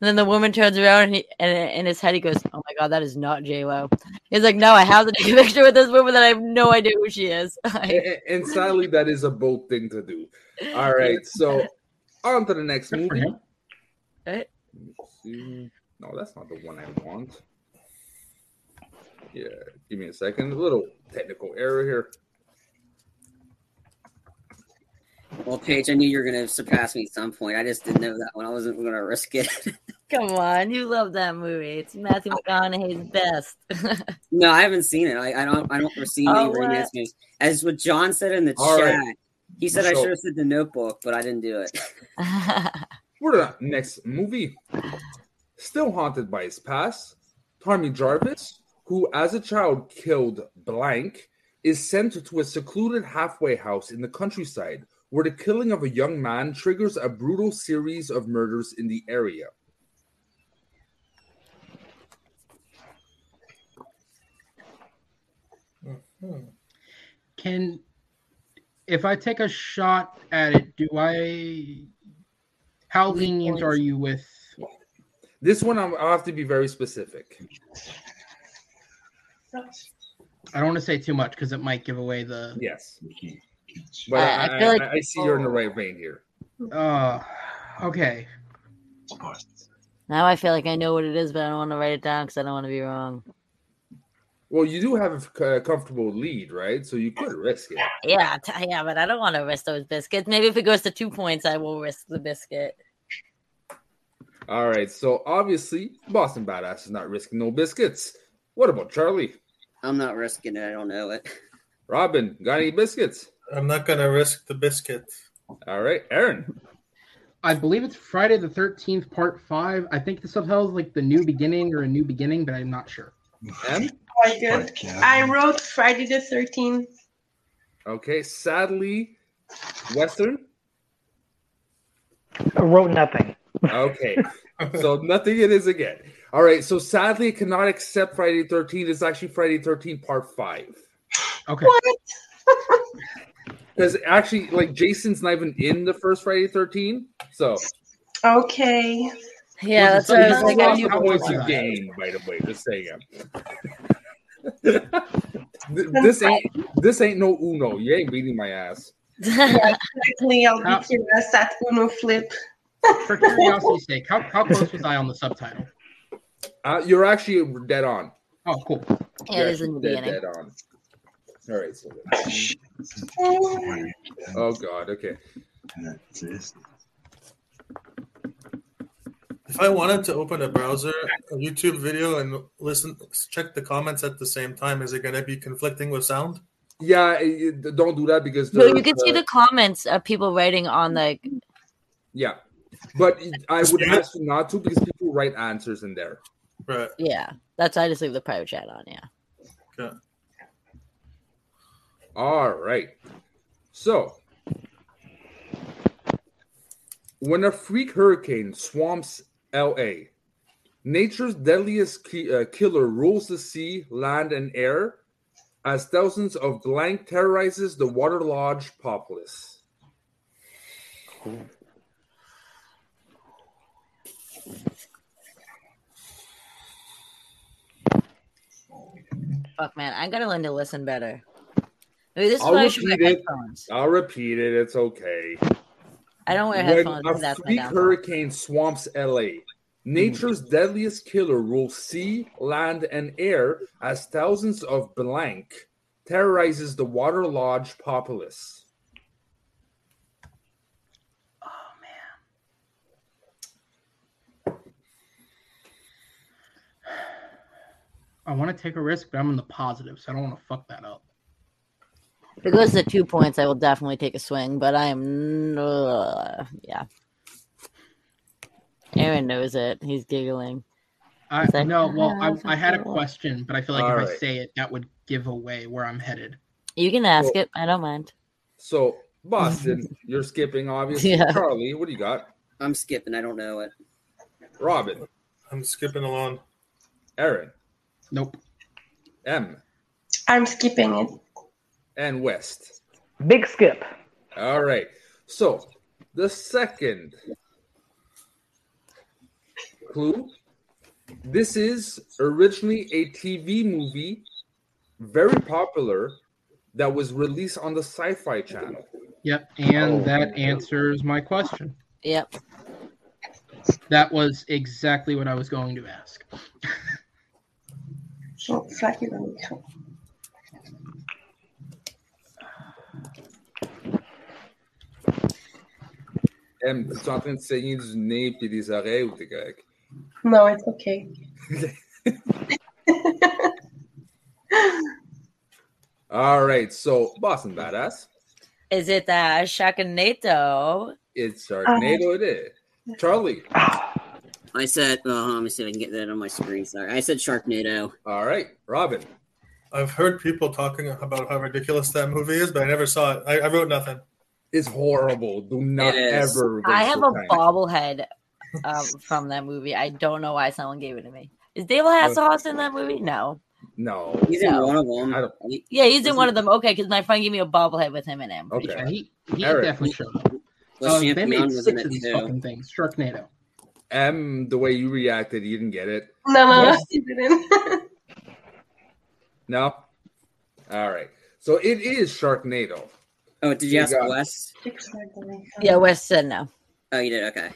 Speaker 2: And then the woman turns around and, he, and in his head he goes, "Oh my god, that is not J Lo." He's like, "No, I have to take a picture with this woman that I have no idea who she is."
Speaker 1: and, and- and sadly, that is a bold thing to do. All right, so on to the next
Speaker 5: Good for
Speaker 1: movie.
Speaker 5: him.
Speaker 2: Right?
Speaker 1: Let me see. No, that's not the one I want. Yeah, give me a second. A little technical error here.
Speaker 3: Well, Paige, I knew you were going to surpass me at some point. I just didn't know that one. I wasn't going to risk it.
Speaker 2: Come on, you love that movie. It's Matthew McConaughey's best.
Speaker 3: no, I haven't seen it. I, I don't. I don't receive
Speaker 2: Oh,
Speaker 3: any
Speaker 2: what?
Speaker 3: romance movies. As what John said in the
Speaker 1: All
Speaker 3: chat,
Speaker 1: right.
Speaker 3: he said I
Speaker 1: So-
Speaker 3: should have said The Notebook, but I didn't do it.
Speaker 1: For the next movie, still haunted by his past, Tommy Jarvis, who as a child killed blank, is sent to a secluded halfway house in the countryside where the killing of a young man triggers a brutal series of murders in the area.
Speaker 5: Can if I take a shot at it, do I? How lenient are you with?
Speaker 1: This one, I'm, I'll have to be very specific.
Speaker 5: I don't want to say too much because it might give away the.
Speaker 1: Yes. But
Speaker 7: But,
Speaker 1: I,
Speaker 2: I- I feel
Speaker 1: I-
Speaker 2: like-
Speaker 1: I- I see you're in the right vein here.
Speaker 5: Uh, okay.
Speaker 2: now I feel like I know what it is, but I don't want to write it down because I don't want to be wrong.
Speaker 1: Well, you do have a comfortable lead, right? So you could risk it.
Speaker 2: Yeah, t- yeah, but I don't want to risk those biscuits. Maybe if it goes to two points, I will risk the biscuit.
Speaker 1: All right. So obviously, Boston Badass is not risking no biscuits. What about Charlie?
Speaker 3: I'm not risking it. I don't know it.
Speaker 1: Robin, got any biscuits?
Speaker 4: I'm not gonna risk the biscuit.
Speaker 1: All right. Aaron.
Speaker 5: I believe it's Friday the Thirteenth, Part Five. I think the subtitle is like the New Beginning or a New Beginning, but I'm not sure.
Speaker 1: M.
Speaker 6: Oh my God. I wrote Friday the 13th.
Speaker 1: Okay. Sadly, Western.
Speaker 8: I wrote nothing.
Speaker 1: Okay. so nothing it is again. All right. So sadly, it cannot accept Friday 13. It's actually Friday 13, part five.
Speaker 5: Okay.
Speaker 6: What?
Speaker 1: Because actually, like Jason's not even in the first Friday 13. So
Speaker 6: Okay.
Speaker 2: Yeah,
Speaker 5: Was
Speaker 2: that's
Speaker 5: it
Speaker 2: what I was
Speaker 5: something
Speaker 2: like.
Speaker 5: else?
Speaker 1: lots
Speaker 2: I knew
Speaker 1: of
Speaker 5: how
Speaker 2: what it
Speaker 1: points
Speaker 5: was
Speaker 1: you
Speaker 5: that?
Speaker 2: was.
Speaker 1: gained, by the way. Just saying. Th- this ain't this ain't no Uno. You ain't beating my ass.
Speaker 6: Exactly. I'll
Speaker 5: How-
Speaker 6: be curious that Uno flip.
Speaker 5: For curiosity's sake, how, how close was I on the subtitle?
Speaker 1: Uh, you're actually dead on.
Speaker 5: Oh, cool.
Speaker 2: Yeah, it is in the
Speaker 1: You're actually
Speaker 2: beginning.
Speaker 1: Dead, dead on. All right. So oh god. Okay.
Speaker 4: If I wanted to open a browser, a YouTube video, and listen, check the comments at the same time, is it gonna be conflicting with sound?
Speaker 1: Yeah. it- it- don't do that because
Speaker 2: No,
Speaker 1: there's,
Speaker 2: you can see
Speaker 1: uh,
Speaker 2: the comments of people writing on the.
Speaker 1: yeah. But I would
Speaker 4: Yeah.
Speaker 1: ask you not to because people write answers in there.
Speaker 4: Right.
Speaker 2: Yeah, that's why I just leave the private chat on. Yeah.
Speaker 1: All right. So, when a freak hurricane swamps LA, nature's deadliest ki- uh, killer rules the sea, land, and air as thousands of blank terrorizes the waterlogged populace.
Speaker 2: Fuck, man, I gotta learn to listen better. Maybe this is
Speaker 1: I'll
Speaker 2: why I should wear
Speaker 1: repeat it.
Speaker 2: headphones.
Speaker 1: I'll repeat it. It's okay.
Speaker 2: I don't wear
Speaker 1: When
Speaker 2: headphones.
Speaker 1: a
Speaker 2: because That's my
Speaker 1: freak
Speaker 2: downfall.
Speaker 1: hurricane swamps LA, nature's deadliest killer rules sea, land, and air as thousands of blank terrorizes the waterlogged populace.
Speaker 5: Oh I want to take a risk, but I'm in the positive, so I don't want to fuck that up.
Speaker 2: If it goes to two points, I will definitely take a swing, but I am. ugh, yeah. Aaron knows it. He's giggling.
Speaker 5: I
Speaker 2: It's like,
Speaker 5: no, well,
Speaker 2: "Ah,
Speaker 5: I,
Speaker 2: it's
Speaker 5: I had a
Speaker 2: okay."
Speaker 5: question, but I feel like
Speaker 1: All
Speaker 5: if I
Speaker 1: right.
Speaker 5: say it, that would give away where I'm headed.
Speaker 2: You can ask
Speaker 1: Well-
Speaker 2: it. I don't mind.
Speaker 1: So Boston, you're skipping, obviously.
Speaker 2: Yeah.
Speaker 1: Charlie, what do you got?
Speaker 3: I'm skipping. I don't know it.
Speaker 1: Robin,
Speaker 4: I'm skipping along.
Speaker 1: Aaron,
Speaker 5: Nope.
Speaker 1: M,
Speaker 6: I'm skipping it.
Speaker 1: and West.
Speaker 8: Big skip.
Speaker 1: All right. So the second clue. This is originally a TV movie, very popular, that was released on the Sci Fi Channel.
Speaker 5: Yep.
Speaker 1: Oh.
Speaker 5: And that answers my question.
Speaker 2: Yep.
Speaker 5: That was exactly what I was going to ask.
Speaker 6: So, flaque dans l'écran.
Speaker 1: M, tu es en train de saigner du nez puis des oreilles ou t'es correct?
Speaker 6: No, it's okay.
Speaker 1: All right. So Boston Badass,
Speaker 2: Is it that Sharknado?
Speaker 1: it's Sharknado. It is. Charlie.
Speaker 3: I said, well, let me see if I can get that on my screen. Sorry, I said Sharknado.
Speaker 1: All right. Robin.
Speaker 4: I've heard people talking about how ridiculous that movie is, but I never saw it. I, I wrote nothing.
Speaker 1: It's horrible. Do not
Speaker 3: It is.
Speaker 1: ever. waste
Speaker 2: I have
Speaker 1: your
Speaker 2: a
Speaker 1: time.
Speaker 2: bobblehead um, from that movie. I don't know why someone gave it to me. Is
Speaker 1: Oh.
Speaker 2: David Hasselhoff in that movie? No.
Speaker 1: No.
Speaker 3: He's in
Speaker 2: No.
Speaker 3: one of them.
Speaker 1: I don't-
Speaker 3: He-
Speaker 2: Yeah, he's in
Speaker 3: Isn't-
Speaker 2: one of them. Okay, because my friend gave me a bobblehead with him in it.
Speaker 1: Okay.
Speaker 5: Yeah, he he
Speaker 1: Eric.
Speaker 5: definitely showed up.
Speaker 3: well,
Speaker 5: Uh, they
Speaker 3: Champignon
Speaker 5: made
Speaker 3: was in
Speaker 5: six of
Speaker 3: it
Speaker 5: these
Speaker 3: too.
Speaker 5: fucking things. Sharknado.
Speaker 1: M, the way you reacted, you didn't get it.
Speaker 6: No, no, no,
Speaker 5: Yes.
Speaker 6: you didn't.
Speaker 1: No? All right. So it is Sharknado.
Speaker 3: Oh, did you
Speaker 1: You
Speaker 3: ask
Speaker 1: got it.
Speaker 3: Wes?
Speaker 6: Flaque dans l'écran.
Speaker 2: Yeah, Wes said no.
Speaker 3: Oh, you did. Okay.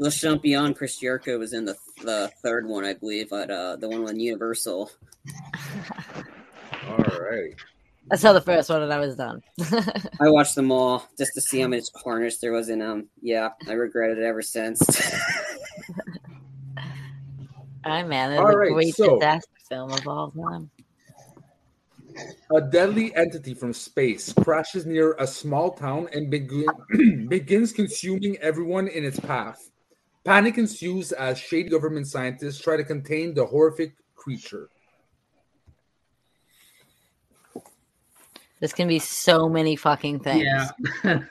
Speaker 3: Le Champion Chris Jericho was in the, the third one, I believe, at uh, the one on Universal.
Speaker 1: All right.
Speaker 2: I saw the first one and I was done.
Speaker 3: I watched them all just to see how much carnage there was in them. Yeah, I regretted it ever since.
Speaker 2: All right, man. That's
Speaker 1: All
Speaker 2: the
Speaker 1: right,
Speaker 2: great
Speaker 1: so-
Speaker 2: disaster film of all time.
Speaker 1: A deadly entity from space crashes near a small town and begin- begins consuming everyone in its path. Panic ensues as shady government scientists try to contain the horrific creature.
Speaker 2: This can be so many fucking things.
Speaker 5: Yeah.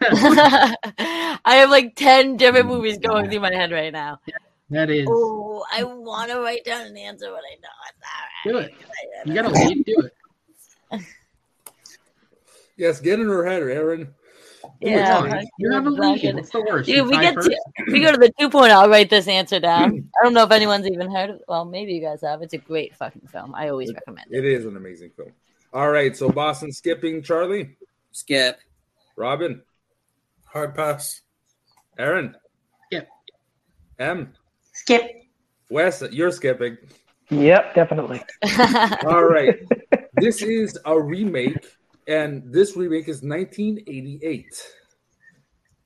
Speaker 2: I have like 10 different
Speaker 5: Mm,
Speaker 2: movies going through my head right now.
Speaker 5: that is
Speaker 2: Oh, I want to write down an answer, but I know it's all
Speaker 5: do
Speaker 2: right.
Speaker 5: it. You gotta lead, do it.
Speaker 1: Yes, get in her head, Aaron.
Speaker 2: Yeah,
Speaker 5: Come on,
Speaker 2: right.
Speaker 5: you have a lead.
Speaker 2: Exactly.
Speaker 5: It's the worst.
Speaker 2: Dude,
Speaker 5: You
Speaker 2: we
Speaker 5: tie
Speaker 2: get
Speaker 5: first.
Speaker 2: to we go to the two point. I'll write this answer down. I don't know if anyone's even heard. Of, well, maybe you guys have. It's a great fucking film. I always recommend it.
Speaker 1: It is an amazing film. All right. So Boston skipping Charlie,
Speaker 3: Skip.
Speaker 1: Robin,
Speaker 4: Hard pass.
Speaker 1: Aaron.
Speaker 5: Yeah.
Speaker 1: M.
Speaker 6: Skip.
Speaker 1: Wes, you're skipping.
Speaker 8: Yep, definitely.
Speaker 1: All right. this is a remake, and this remake is 1988.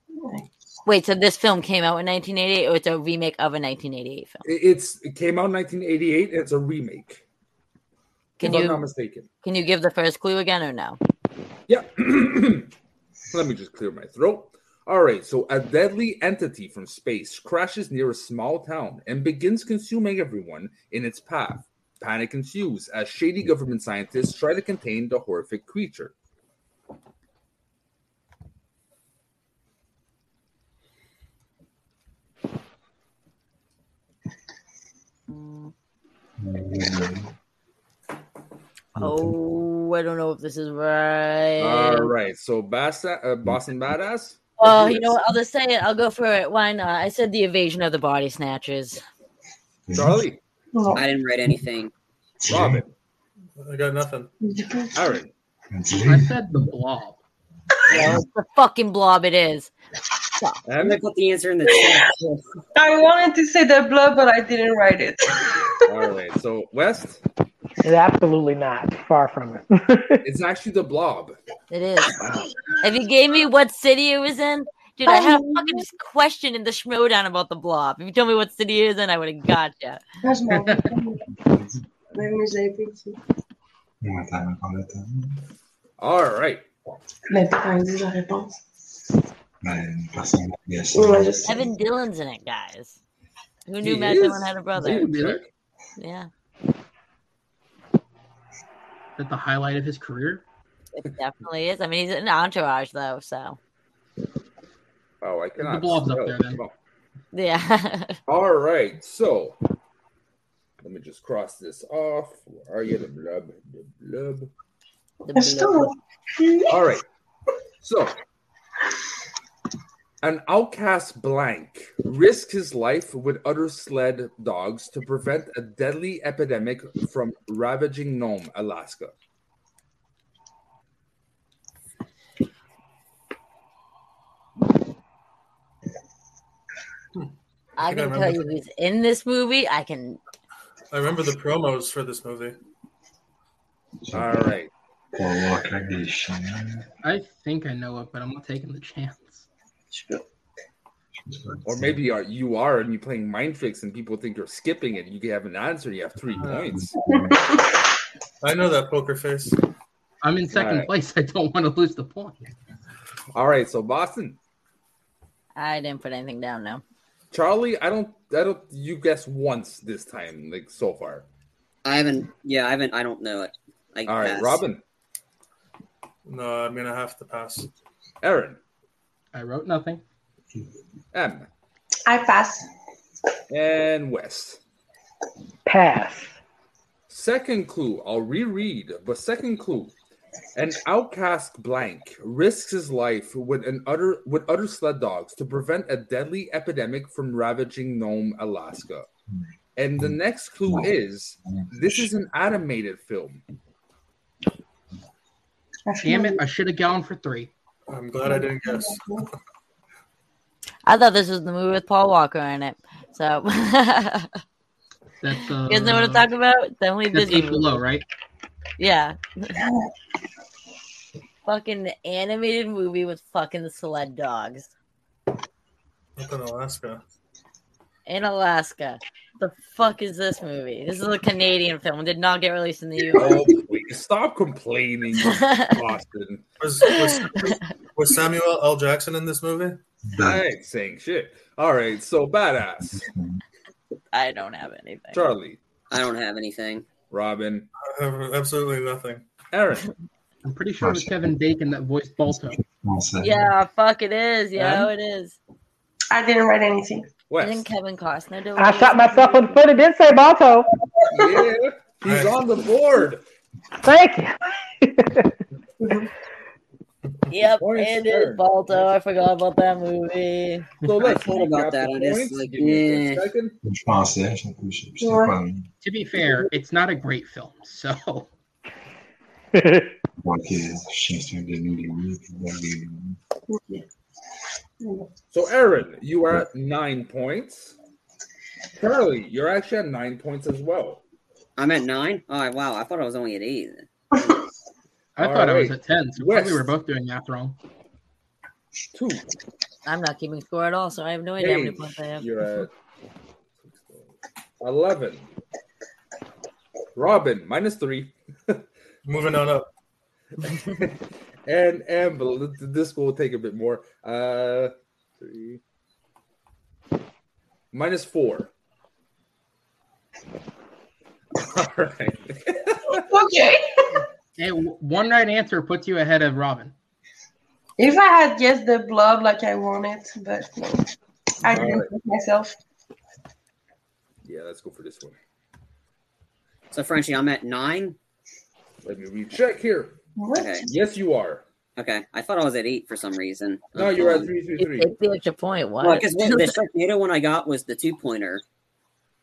Speaker 2: Wait, so this film came out in 1988, or it's a remake of a 1988 film?
Speaker 1: I- It's it came out in 1988. and It's a remake.
Speaker 2: Can
Speaker 1: if I'm not
Speaker 2: you
Speaker 1: mistaken.
Speaker 2: can you give the first clue again, or no?
Speaker 1: Yeah. Let me just clear my throat. All right. So a deadly entity from space crashes near a small town and begins consuming everyone in its path. Panic ensues as shady government scientists try to contain the horrific creature.
Speaker 2: Oh, I don't know if this is right.
Speaker 1: All right. So Basta, uh, Boston Badass.
Speaker 2: Well, you know what? I'll just say it. I'll go for it. Why not? I said the evasion of the body snatchers.
Speaker 1: Charlie,
Speaker 6: No.
Speaker 3: I didn't write anything.
Speaker 1: Robin,
Speaker 4: I got nothing.
Speaker 1: Aaron,
Speaker 5: I said the blob.
Speaker 2: Yeah, it's the fucking blob it is.
Speaker 3: I'm
Speaker 1: and
Speaker 3: gonna put the answer in the chat.
Speaker 6: I wanted to say the blood, but I didn't write it.
Speaker 1: All right. So West,
Speaker 8: Absolutely not. Far from it.
Speaker 1: it's actually the blob.
Speaker 2: It is. If you gave me what city it was in, Dude, I had a fucking question in the showdown about the blob. If you told me what city it is, then I would have got you.
Speaker 6: Ah, je m'en rappelle. Ouais, mais j'avais pas écrit.
Speaker 7: Ouais, t'as encore le temps.
Speaker 1: All right.
Speaker 6: Mais putain, il dit la réponse.
Speaker 7: Mais une personne qui a ça.
Speaker 6: Ouais, je sais.
Speaker 2: Evan Dillon's in it, guys. Who knew
Speaker 1: He
Speaker 2: Matt
Speaker 1: is.
Speaker 2: Dillon had a brother?
Speaker 1: Dude, Rick.
Speaker 2: Yeah,
Speaker 5: That the highlight of his career.
Speaker 2: it definitely is. I mean, he's in Entourage though, so
Speaker 1: Oh, I cannot.
Speaker 5: blob's up
Speaker 1: spell.
Speaker 5: there, then.
Speaker 1: Come on.
Speaker 2: yeah.
Speaker 1: All right, so let me just cross this off. Where are you? The blub, the blub.
Speaker 2: The
Speaker 6: Est-ce que
Speaker 2: blue-
Speaker 1: All right, so an outcast blank risks his life with other sled dogs to prevent a deadly epidemic from ravaging Nome, Alaska.
Speaker 2: I
Speaker 4: think I
Speaker 2: can tell
Speaker 4: remember
Speaker 2: you who's in this movie. I can.
Speaker 4: I remember the promos for this movie.
Speaker 1: All right,
Speaker 7: Pour voir que des chiens.
Speaker 5: I think I know it, but I'm not taking the chance.
Speaker 3: Je peux-
Speaker 1: or maybe are, you are and you're playing mind tricks and people think you're skipping it. You have an answer. You have three points.
Speaker 4: I know that poker face.
Speaker 5: I'm in second
Speaker 1: Right.
Speaker 5: place. I don't want to lose the point.
Speaker 1: All right, so Boston.
Speaker 2: I didn't put anything down. No.
Speaker 1: Charlie, I don't, I don't. You guessed once this time, like so far.
Speaker 3: I haven't. Yeah, I haven't. I don't know it. I
Speaker 1: All right,
Speaker 3: pass.
Speaker 1: Robin,
Speaker 4: No, I'm gonna have to pass.
Speaker 1: Aaron,
Speaker 5: I wrote nothing.
Speaker 1: M,
Speaker 6: I pass.
Speaker 1: and West.
Speaker 8: Pass.
Speaker 1: Second clue, I'll reread, but second clue. An outcast blank risks his life with an other with other sled dogs to prevent a deadly epidemic from ravaging Nome, Alaska. And the next clue is this is an animated film.
Speaker 6: Un
Speaker 5: Damn
Speaker 6: film
Speaker 5: it! I should have gone for three.
Speaker 4: I'm glad I didn't guess.
Speaker 2: I thought this was the movie with Paul Walker in it. So you
Speaker 5: That's uh,
Speaker 2: guys know what I'm talking about? The only
Speaker 5: That's
Speaker 2: Disney
Speaker 5: Deep
Speaker 2: movie.
Speaker 5: Below, right?
Speaker 2: Yeah. fucking animated movie with fucking sled dogs
Speaker 4: Up in Alaska.
Speaker 2: in Alaska. The fuck is this movie? This is a Canadian film. It did not get released in the U.S.
Speaker 1: Oh, please stop complaining, Boston.
Speaker 4: Was, was, was Samuel L. Jackson in this movie?
Speaker 7: Bah,
Speaker 1: I ain't saying shit. All right, so badass
Speaker 2: I don't have anything.
Speaker 1: Charlie,
Speaker 3: I don't have anything.
Speaker 1: Robin,
Speaker 4: Uh, Absolutely nothing.
Speaker 1: Aaron.
Speaker 5: I'm pretty sure it was Kevin Bacon that voiced Balto.
Speaker 7: Français.
Speaker 2: Yeah, fuck it is. Yeah,
Speaker 1: Huh?
Speaker 2: it is.
Speaker 6: I didn't write anything.
Speaker 2: I
Speaker 1: West.
Speaker 2: think Kevin Costner did
Speaker 8: I
Speaker 2: one.
Speaker 8: shot myself in the foot. It did say Balto.
Speaker 1: Yeah, he's on the board.
Speaker 8: Thank you.
Speaker 2: Yep,
Speaker 1: Morning,
Speaker 2: it
Speaker 1: sir.
Speaker 2: is Balto. I forgot about that movie.
Speaker 1: So let's
Speaker 3: thought about
Speaker 1: recap
Speaker 3: that,
Speaker 1: the
Speaker 3: I just,
Speaker 1: points.
Speaker 3: like,
Speaker 1: Give me a
Speaker 3: eh.
Speaker 1: quick second.
Speaker 7: Je pensais, je je- je- je sais
Speaker 6: Ouais.
Speaker 7: pas. mais-
Speaker 5: To be fair, it's not a great film, so
Speaker 7: Ok, chien, c'est un demi-louis, puis dans les louis.
Speaker 1: So Aaron, you are at nine points. Charlie, you're actually at nine points as well.
Speaker 3: I'm at nine. Oh wow! I thought I was only at eight.
Speaker 5: I
Speaker 1: All
Speaker 5: thought I was
Speaker 1: right.
Speaker 5: at ten. So
Speaker 1: West.
Speaker 5: probably we're both doing math wrong.
Speaker 1: Two.
Speaker 2: I'm not keeping score at all, so I have no idea how many
Speaker 1: Paige,
Speaker 2: points I have.
Speaker 1: you're at eleven. Robin, minus three.
Speaker 4: Moving on up.
Speaker 1: And Amber, this will take a bit more. Uh, three. Minus four. All right.
Speaker 6: Okay.
Speaker 5: Hey, w- one right answer puts you ahead of Robin.
Speaker 6: If I had guessed the blob like I wanted, but no. I
Speaker 1: All
Speaker 6: didn't
Speaker 1: right.
Speaker 6: think myself.
Speaker 1: Yeah, let's go for this one.
Speaker 3: So Frenchie, I'm at nine.
Speaker 1: Let me recheck here.
Speaker 6: What?
Speaker 3: Okay.
Speaker 1: Yes, you are.
Speaker 3: Okay. I thought I was at eight for some reason.
Speaker 1: No,
Speaker 3: Um,
Speaker 1: you're at three, three,
Speaker 2: You
Speaker 1: three.
Speaker 2: take the extra point. What?
Speaker 3: Well, because the Sharknado one I got was the two pointer.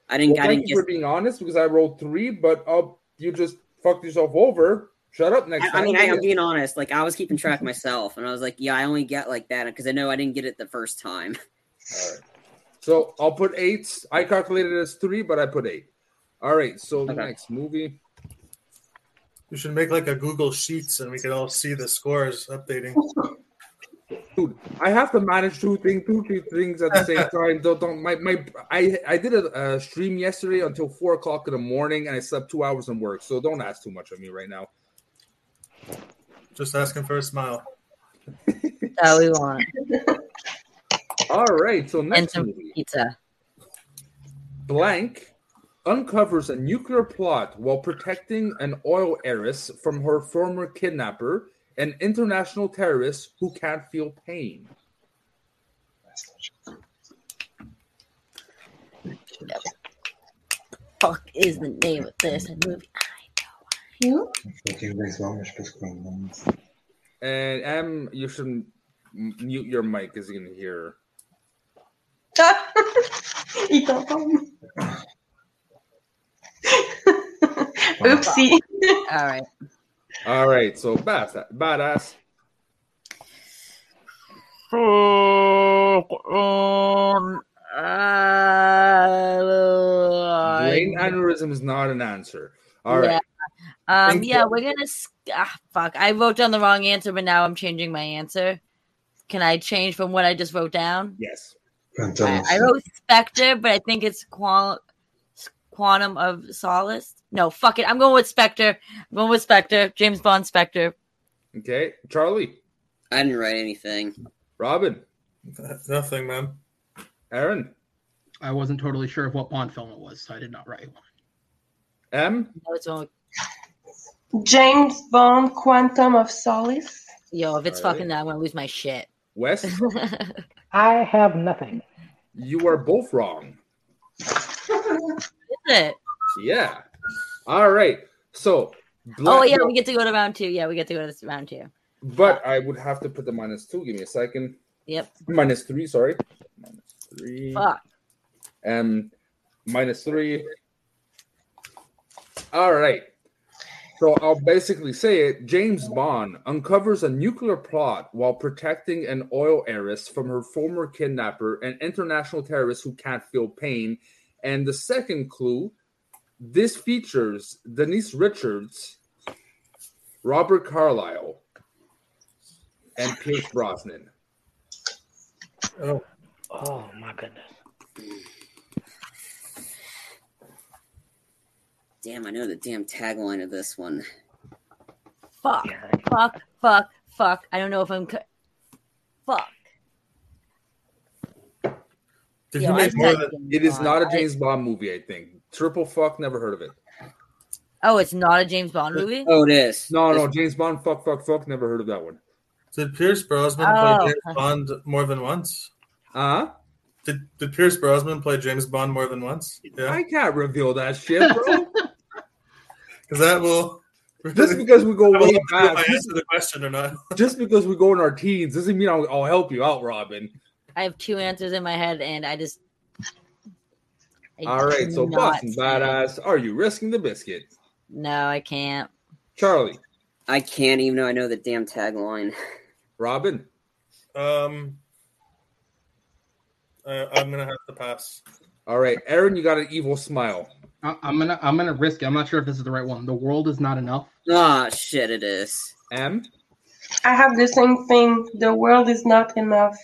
Speaker 3: I didn't.
Speaker 1: Well,
Speaker 3: I
Speaker 1: thank
Speaker 3: didn't
Speaker 1: you
Speaker 3: guess.
Speaker 1: for being honest because I rolled three, but uh, you just fucked yourself over. Shut up next
Speaker 3: I, I
Speaker 1: time.
Speaker 3: mean, I, I'm being honest. Like I was keeping track myself, and I was like, yeah, I only get like that because I know I didn't get it the first time.
Speaker 1: All right. So I'll put eight. I calculated as three, but I put eight. All right. So the
Speaker 3: Okay.
Speaker 1: next movie.
Speaker 4: You should make like a Google Sheets and we could all see the scores updating.
Speaker 1: dude, I have to manage two things, two, three things at the same time. Don't, don't my, my I I did a, a stream yesterday until four o'clock in the morning, and I slept two hours in work. So don't ask too much of me right now.
Speaker 4: Just asking for a smile.
Speaker 2: That's what we want.
Speaker 1: All right, so
Speaker 2: And
Speaker 1: next
Speaker 2: some
Speaker 1: movie,
Speaker 2: pizza.
Speaker 1: blank uncovers a nuclear plot while protecting an oil heiress from her former kidnapper, an international terrorist who can't feel pain.
Speaker 2: Fuck is the name of this movie.
Speaker 7: Fucking baseball, je sais pas c'est quoi le nom.
Speaker 1: And Em, you should m- mute your mic because you can hear.
Speaker 6: Il t'entend. Oopsie.
Speaker 2: All right.
Speaker 1: All right, so badass, badass.
Speaker 2: Um, uh,
Speaker 1: Brain aneurysm is not an answer. All right,
Speaker 2: Yeah. Um,
Speaker 4: Thank
Speaker 2: yeah, we're gonna. s- Ah, fuck. I wrote down the wrong answer, but now I'm changing my answer. Can I change from what I just wrote down?
Speaker 1: yes.
Speaker 2: I, I wrote Spectre, but I think it's qual- Quantum of Solace. No, fuck it. I'm going with Spectre. I'm going with Spectre. James Bond Spectre.
Speaker 1: Okay, Charlie,
Speaker 3: I didn't write anything.
Speaker 1: Robin,
Speaker 4: Nothing, man.
Speaker 1: Aaron,
Speaker 5: I wasn't totally sure of what Bond film it was, so I did not write one.
Speaker 1: M.
Speaker 2: No, it's one with-
Speaker 6: James Bond, Quantum of Solace.
Speaker 2: Yo, if it's
Speaker 1: All right.
Speaker 2: fucking that, I'm gonna lose my shit.
Speaker 1: West,
Speaker 2: it's
Speaker 8: I have nothing.
Speaker 1: you are both wrong.
Speaker 2: it.
Speaker 1: Yeah. All right. So,
Speaker 2: Oh
Speaker 1: Black-
Speaker 2: yeah, we get to go to round two. Yeah, we get to go to this round two.
Speaker 1: but I would have to put the minus two. Give me a second.
Speaker 2: Yep.
Speaker 1: Minus three, sorry. Minus three.
Speaker 2: Fuck.
Speaker 1: Um, minus three. All right. So I'll basically say it. James Bond uncovers a nuclear plot while protecting an oil heiress from her former kidnapper, an international terrorist who can't feel pain. And the second clue this features Denise Richards, Robert Carlyle, and Pierce Brosnan.
Speaker 4: Oh,
Speaker 9: Oh my goodness.
Speaker 3: Damn, I know the damn tagline of this one.
Speaker 2: Fuck. Fuck. Fuck. Fuck. I don't know if I'm. Co- fuck.
Speaker 4: did
Speaker 2: Yo,
Speaker 4: you
Speaker 2: I
Speaker 4: make more
Speaker 2: said
Speaker 4: than?
Speaker 2: James
Speaker 1: It is
Speaker 2: Bond.
Speaker 1: not a
Speaker 2: I-
Speaker 1: James Bond movie, I think. Triple fuck, never heard of it.
Speaker 2: oh, it's not a James Bond movie.
Speaker 1: uh,
Speaker 3: Oh, it is.
Speaker 1: No, no,
Speaker 3: This-
Speaker 1: James Bond, fuck, fuck, fuck, never heard of that one.
Speaker 4: Did Pierce Brosnan
Speaker 2: Oh.
Speaker 4: play James Bond more than once?
Speaker 1: Huh?
Speaker 4: Did Did Pierce Brosnan play James Bond more than once? Yeah,
Speaker 1: I can't reveal that shit, bro.
Speaker 4: because that will.
Speaker 1: just because we go
Speaker 4: I will
Speaker 1: way
Speaker 4: know if
Speaker 1: back,
Speaker 4: I answer the question or not.
Speaker 1: just because we go in our teens, doesn't mean I'll, I'll help you out, Robin.
Speaker 2: I have two answers in my head, and I just. I
Speaker 1: All right, so
Speaker 2: cannot
Speaker 1: Boston
Speaker 2: say-
Speaker 1: Badass, are you risking the biscuit?
Speaker 2: No, I can't.
Speaker 1: Charlie,
Speaker 3: I can't even though I know the damn tagline.
Speaker 1: Robin,
Speaker 4: Um, I, I'm gonna have to pass.
Speaker 1: all right, Aaron, you got an evil smile.
Speaker 5: I, I'm gonna I'm gonna risk it. I'm not sure if this is the right one. The world is not enough.
Speaker 3: Ah, shit, it is.
Speaker 1: M,
Speaker 6: I have the same thing. The world is not enough.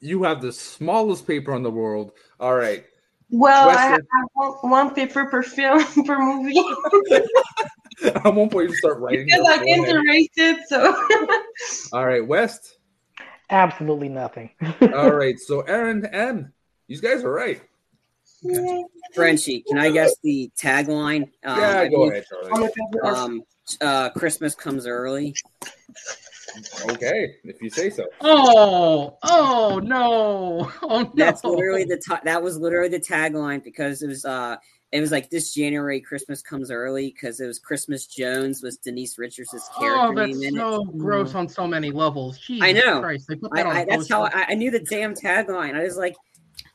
Speaker 1: you have the smallest paper in the world. All right,
Speaker 6: Well, Oh, I have
Speaker 1: Western.
Speaker 6: one, one paper per film per movie
Speaker 1: I won't point you to start writing.
Speaker 6: because I
Speaker 1: Go
Speaker 6: can
Speaker 1: ahead.
Speaker 6: erase it. So
Speaker 1: All right, West.
Speaker 8: Absolutely nothing.
Speaker 1: All right, so Aaron, M, you guys are right.
Speaker 3: Frenchie, can I guess the tagline? Um,
Speaker 1: Yeah,
Speaker 3: I
Speaker 1: go
Speaker 3: believe,
Speaker 1: ahead, Charlie.
Speaker 6: On the paper.
Speaker 3: Um, uh, Christmas comes early.
Speaker 1: Okay, if you say so.
Speaker 5: Oh, oh no, oh no.
Speaker 3: That's literally the t- that was literally the tagline because it was uh it was like this January Christmas comes early because it was Christmas Jones was Denise Richards' character
Speaker 5: Oh, that's
Speaker 3: name in it.
Speaker 5: so gross on so many levels. Jesus
Speaker 3: I know.
Speaker 5: Christ, they put that on
Speaker 3: I, I, that's how
Speaker 5: posters.
Speaker 3: I, I knew the damn tagline. I was like,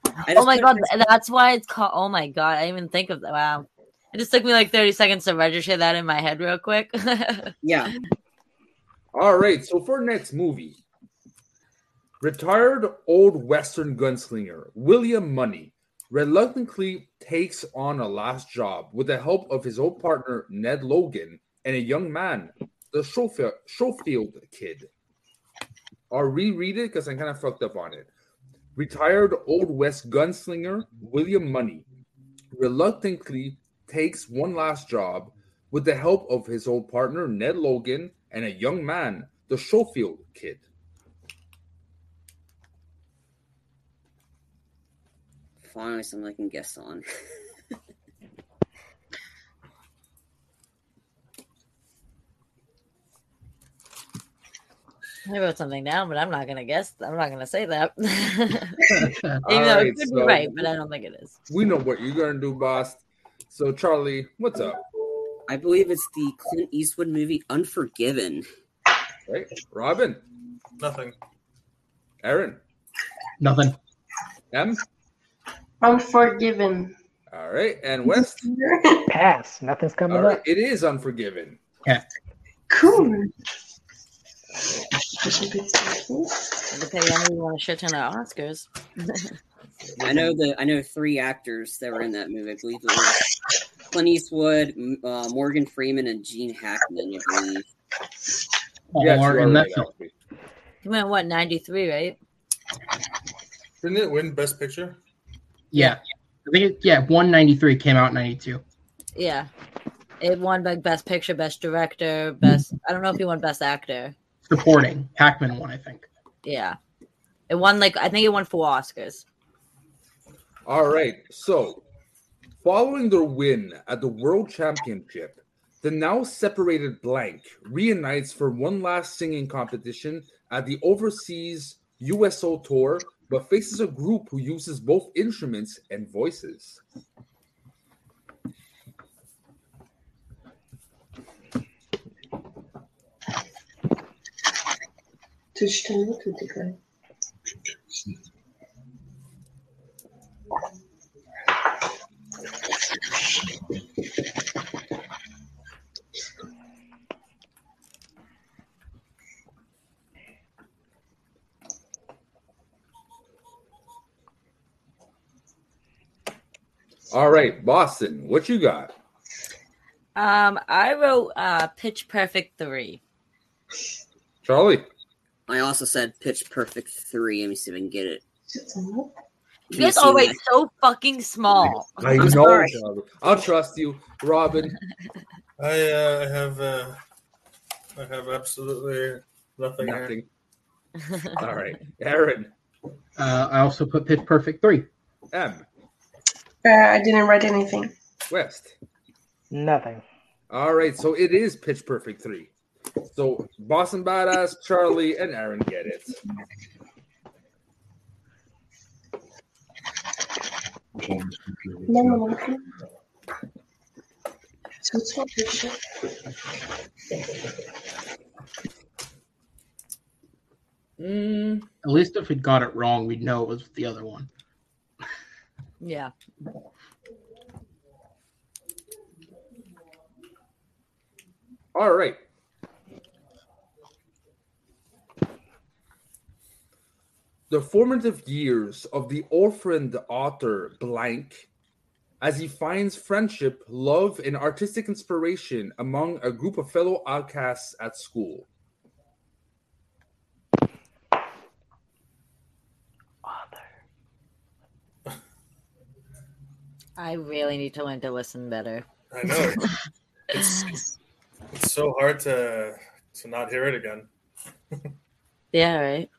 Speaker 3: I just
Speaker 2: Oh my
Speaker 3: put
Speaker 2: god,
Speaker 3: Chris-
Speaker 2: that's why it's called. Oh my god, I didn't even think of that. Wow, it just took me like thirty seconds to register that in my head real quick.
Speaker 3: yeah,
Speaker 1: All right, so for next movie, retired old Western gunslinger William Money reluctantly takes on a last job with the help of his old partner Ned Logan and a young man, the Schofield, Schofield kid. I'll reread it because I kind of fucked up on it. Retired Old West gunslinger William Money reluctantly takes one last job with the help of his old partner Ned Logan and a young man, the Schofield Kid.
Speaker 3: Finally, something I can guess on.
Speaker 2: I wrote something down, but I'm not gonna guess. I'm not gonna say that.
Speaker 1: All
Speaker 2: Even though
Speaker 1: right,
Speaker 2: it could be
Speaker 1: so-
Speaker 2: right, but I don't think it is.
Speaker 1: We know what you're gonna do, boss. So Charlie, what's up?
Speaker 3: I believe it's the Clint Eastwood movie Unforgiven.
Speaker 1: Right, Robin,
Speaker 4: Nothing.
Speaker 1: Aaron,
Speaker 5: Nothing.
Speaker 1: M.
Speaker 6: Unforgiven.
Speaker 1: All right, and West.
Speaker 8: Pass. Nothing's coming
Speaker 1: All right,
Speaker 8: up.
Speaker 1: it is Unforgiven.
Speaker 6: cool. Uh,
Speaker 2: Depending on who you want to shit ton of Oscars.
Speaker 3: I know the I know three actors that were in that movie. I believe it was Clint Eastwood, M- uh, Morgan Freeman, and Gene Hackman. I believe.
Speaker 1: Yes, you
Speaker 5: or
Speaker 1: are
Speaker 5: in
Speaker 1: right,
Speaker 5: that film.
Speaker 1: Alfie.
Speaker 2: You went what 93, right?
Speaker 4: Didn't it win Best Picture?
Speaker 5: Yeah. I think it, yeah, 193 came out in 92.
Speaker 2: Yeah. It won like best picture, best director, best. I don't know if he won best actor.
Speaker 5: Supporting. Hackman won, I think.
Speaker 2: Yeah. It won like I think it won four Oscars.
Speaker 1: All right. So, following their win at the World Championship, the now separated Blank reunites for one last singing competition at the overseas USO tour, but faces a group who uses both instruments and voices.
Speaker 6: Touchdown to the guy.
Speaker 1: All right, Boston, what you got?
Speaker 2: Um, I wrote uh Pitch Perfect three.
Speaker 1: Charlie,
Speaker 3: I also said Pitch Perfect three. Let me see if I can get it.
Speaker 2: You
Speaker 3: Can you
Speaker 2: guys
Speaker 3: see
Speaker 2: always
Speaker 3: that?
Speaker 2: so fucking small.
Speaker 1: I
Speaker 3: I'm sorry.
Speaker 1: Charlie. I'll trust you, Robin.
Speaker 4: I uh, I have uh, I have absolutely nothing. here.
Speaker 1: Nothing. All right, Aaron,
Speaker 5: Uh, I also put Pitch Perfect 3.
Speaker 1: M,
Speaker 6: Uh, I didn't write anything.
Speaker 1: West.
Speaker 8: Nothing.
Speaker 1: All right, so it is Pitch Perfect 3. So Boston Badass, Charlie, and Aaron get it.
Speaker 6: No, no, no. So it's not picture.
Speaker 1: Mm,
Speaker 5: At least if we got it wrong, we'd know it was the other one.
Speaker 2: Yeah.
Speaker 1: all right. The formative years of the orphaned author Blank as he finds friendship, love, and artistic inspiration among a group of fellow outcasts at school.
Speaker 2: I really need to learn to listen better.
Speaker 4: I know. It's, it's it's so hard to to not hear it again.
Speaker 2: Yeah, right.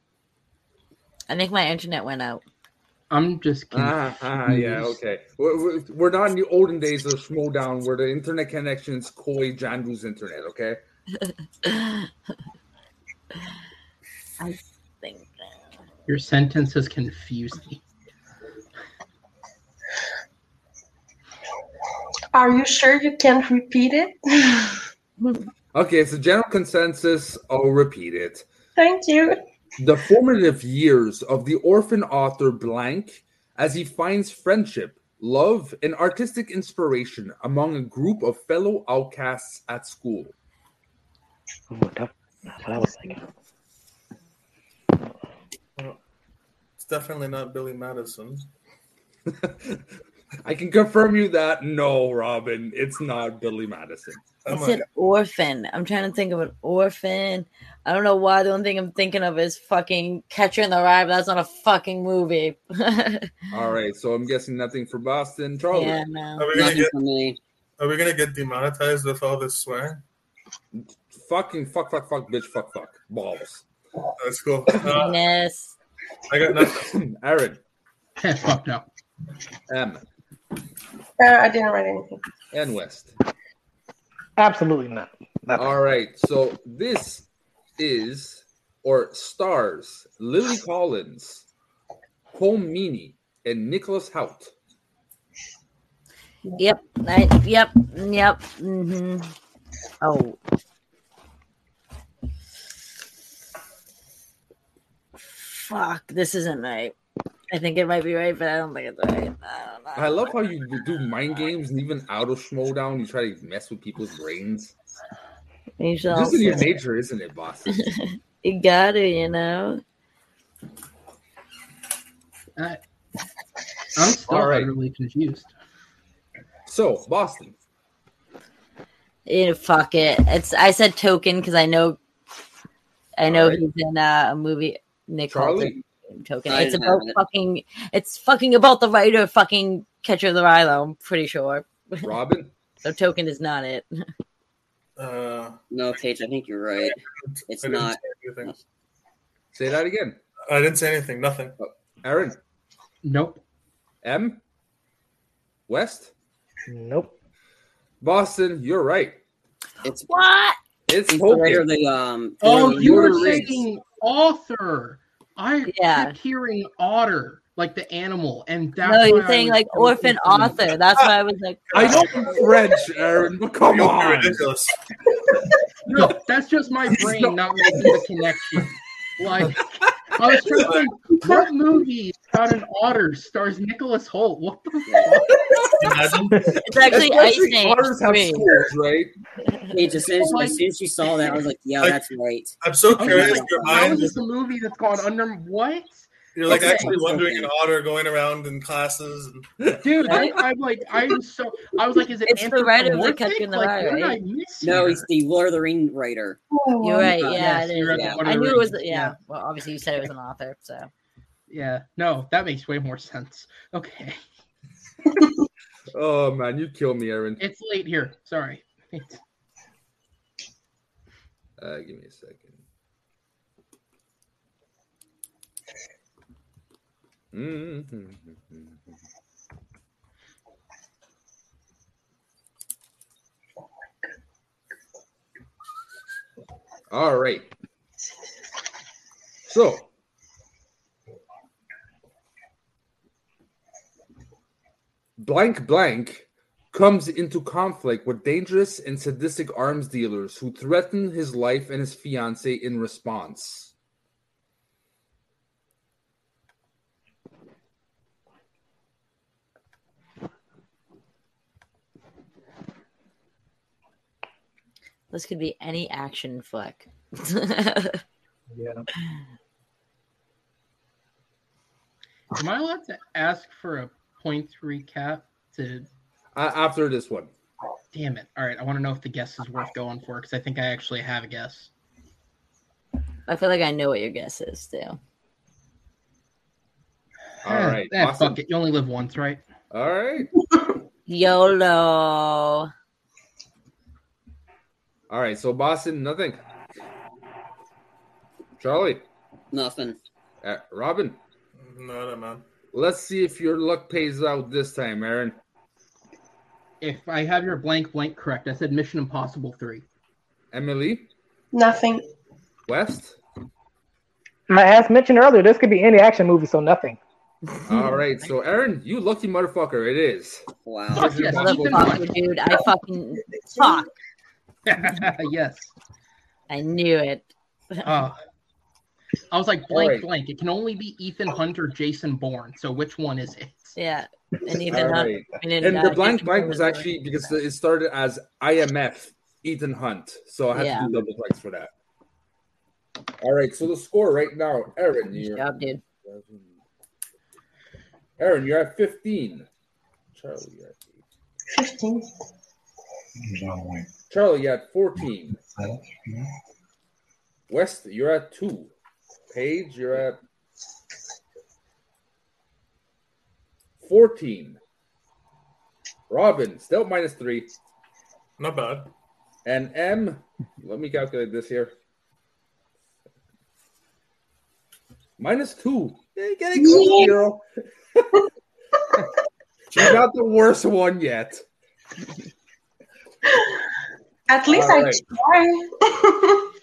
Speaker 2: I think my internet went out.
Speaker 5: I'm just kidding.
Speaker 3: Uh.
Speaker 1: Ah, ah, yeah, okay. We're, we're- we're not in the olden days of Schmodown where the internet connections coy Jandu's internet, okay?
Speaker 2: I think
Speaker 5: Your sentence has confused me.
Speaker 6: Are you sure you can't repeat it?
Speaker 1: Okay, so general consensus, I'll repeat it.
Speaker 6: Thank you.
Speaker 1: The formative years of the orphan author Blank as he finds friendship, love, and artistic inspiration among a group of fellow outcasts at school.
Speaker 9: Ooh, tough. That's what I was thinking.
Speaker 4: It's definitely not Billy Madison.
Speaker 1: I can confirm you that no, Robin, it's not Billy Madison.
Speaker 2: I
Speaker 4: Come
Speaker 2: said
Speaker 4: on.
Speaker 2: orphan. I'm trying to think of an orphan. I don't know why the only thing I'm thinking of is fucking Catcher in the Rye, but that's not a fucking movie. yeah,
Speaker 1: All right, so I'm guessing nothing for Boston, Charlie.
Speaker 2: no.
Speaker 4: Are we gonna
Speaker 3: Nothing
Speaker 4: get
Speaker 3: for me.
Speaker 4: Are we gonna get demonetized with all this swearing?
Speaker 1: Fucking fuck, fuck, fuck, bitch, fuck, fuck, balls.
Speaker 4: That's cool. Uh,
Speaker 2: Yes.
Speaker 4: I got nothing.
Speaker 1: Aaron,
Speaker 5: That's fucked up.
Speaker 1: M,
Speaker 6: Uh, I didn't write anything.
Speaker 1: and West.
Speaker 8: Absolutely not.
Speaker 1: All right, so this is or stars Lily Collins, Home Meany, and Nicholas Hout.
Speaker 2: Yep. I, yep. Yep. hmm Oh. Fuck. This isn't right. I think it might be right, but I don't think it's right. I don't know.
Speaker 1: I love how you do mind games and even out of schmodown, you try to mess with people's brains.
Speaker 2: You should
Speaker 1: This is in your
Speaker 2: also-
Speaker 1: nature, isn't it, boss?
Speaker 2: You got it, you know.
Speaker 5: I'm still
Speaker 1: All right.
Speaker 5: utterly confused.
Speaker 1: So, Boston.
Speaker 2: Yeah, fuck it. It's I said token because I know, I know
Speaker 1: Alright.
Speaker 2: he's in uh, a movie. Nick called
Speaker 1: Charlie.
Speaker 2: it token.
Speaker 3: I
Speaker 2: it's
Speaker 3: didn't
Speaker 2: about
Speaker 3: have it.
Speaker 2: fucking. It's fucking about the writer of fucking Catcher in the Rye. Though I'm pretty sure.
Speaker 1: Robin.
Speaker 2: So token is not it.
Speaker 4: Uh,
Speaker 3: No, Paige, I think you're right. It's
Speaker 4: I didn't
Speaker 3: not.
Speaker 4: Say anything.
Speaker 1: Say that again.
Speaker 4: I didn't say anything. Nothing.
Speaker 1: Aaron.
Speaker 5: Nope.
Speaker 1: M. West.
Speaker 9: Nope.
Speaker 1: Boston, you're right.
Speaker 3: It's
Speaker 2: What?
Speaker 1: It's
Speaker 3: He's the
Speaker 1: Hogan.
Speaker 3: writer of the um.
Speaker 5: Oh,
Speaker 3: Lord of
Speaker 5: you
Speaker 3: the
Speaker 5: were
Speaker 3: Rings.
Speaker 5: saying author. I
Speaker 2: Yeah.
Speaker 5: kept hearing otter, like the animal, and that's
Speaker 2: no,
Speaker 5: why
Speaker 2: you're
Speaker 5: I
Speaker 2: saying
Speaker 5: was
Speaker 2: like
Speaker 5: so
Speaker 2: orphan
Speaker 5: confused.
Speaker 2: author. That's why I was like,
Speaker 1: I know I'm French, Aaron, but come
Speaker 4: You're
Speaker 1: on.
Speaker 4: ridiculous.
Speaker 5: No, that's just my
Speaker 1: He's
Speaker 5: brain
Speaker 1: not-
Speaker 5: not making the connection. Like, I was trying to think, what movie about an otter stars Nicholas Holt? What the
Speaker 4: Imagine.
Speaker 2: it's actually Ice
Speaker 1: Especially
Speaker 2: Age.
Speaker 1: otters have
Speaker 2: three.
Speaker 1: schools, right?
Speaker 3: Paige, as soon as, as soon as she saw that, I was like, yeah,
Speaker 4: Like-
Speaker 3: that's right.
Speaker 4: I'm so curious. Your
Speaker 5: How is
Speaker 4: mind,
Speaker 5: this a movie that's gone under? What?
Speaker 4: you're like
Speaker 3: Okay.
Speaker 4: actually wondering an otter going around in classes. And,
Speaker 5: Dude, I, I'm like, I'm so. I was like, is it
Speaker 2: It's the writer of The Catcher in the Rye,
Speaker 5: anthropomorphic? Like, what did
Speaker 2: right?
Speaker 5: I miss
Speaker 3: No,
Speaker 5: here?
Speaker 3: he's the Lord of the Ring writer.
Speaker 2: You're right. Yeah,
Speaker 5: Yes,
Speaker 2: it
Speaker 5: you're
Speaker 2: is.
Speaker 5: right.
Speaker 2: Yeah.
Speaker 5: One of
Speaker 2: I
Speaker 5: the
Speaker 2: knew it
Speaker 5: rings.
Speaker 2: was. Yeah.
Speaker 5: Yeah.
Speaker 2: Well, obviously you said it was an author, so
Speaker 5: Yeah, no, that makes way more sense. Okay,
Speaker 1: Oh man, you kill me, Aaron.
Speaker 5: it's late here. Sorry. It's-
Speaker 1: Uh, give me a second. Mm-hmm. All right. So, blank blank comes into conflict with dangerous and sadistic arms dealers who threaten his life and his fiance in response.
Speaker 2: this could be any action flick.
Speaker 9: Yeah.
Speaker 5: Am I allowed to ask for a points recap? To
Speaker 1: Uh, after this one,
Speaker 5: damn it! All right, I want to know if the guess is worth going for because I think I actually have a guess.
Speaker 2: I feel like I know what your guess is too.
Speaker 1: All
Speaker 5: Eh,
Speaker 1: right,
Speaker 5: eh,
Speaker 1: awesome.
Speaker 5: fuck it. You only live once, right?
Speaker 1: all right,
Speaker 2: YOLO.
Speaker 1: all right. So Boston, nothing. Charlie,
Speaker 3: Nothing.
Speaker 1: uh, Robin,
Speaker 4: no, no, man.
Speaker 1: let's see if your luck pays out this time, Aaron.
Speaker 5: If I have your blank blank correct, I said Mission Impossible three.
Speaker 1: Emily,
Speaker 6: Nothing.
Speaker 1: West.
Speaker 8: As mentioned earlier, this could be any action movie, so nothing.
Speaker 1: All right, so Aaron, you lucky motherfucker, it is.
Speaker 3: Wow.
Speaker 5: Fuck yes, Ethan
Speaker 2: Motherfucker, dude. I fucking fuck.
Speaker 5: Hawke. yes.
Speaker 2: I knew it.
Speaker 5: Uh, I was like blank
Speaker 1: Alright.
Speaker 5: blank. It can only be Ethan Hunt or Jason Bourne. So which one is it?
Speaker 2: Yeah. And
Speaker 1: All
Speaker 2: Ethan Hunt.
Speaker 1: right.
Speaker 2: And, then,
Speaker 1: And
Speaker 2: uh,
Speaker 1: the blank
Speaker 2: Jason
Speaker 1: blank was
Speaker 2: Bourne.
Speaker 1: actually because it started as IMF Ethan Hunt, so I had
Speaker 2: Yeah.
Speaker 1: to do double clicks for that. All right, so the score right now, Aaron, Mm-hmm.
Speaker 2: Good
Speaker 1: you're
Speaker 2: job, dude.
Speaker 1: Aaron, you're at 15. Charlie at eight.
Speaker 6: 15.
Speaker 7: John Wayne.
Speaker 1: Charlie you're at 14.
Speaker 7: Huh?
Speaker 1: West, you're at two. Paige, you're at 14. Robin, still minus three.
Speaker 4: Not bad.
Speaker 1: And M, let me calculate this here. Minus two. They're getting close to zero. She's not the worst one yet.
Speaker 6: At least I
Speaker 1: Alright.
Speaker 6: try.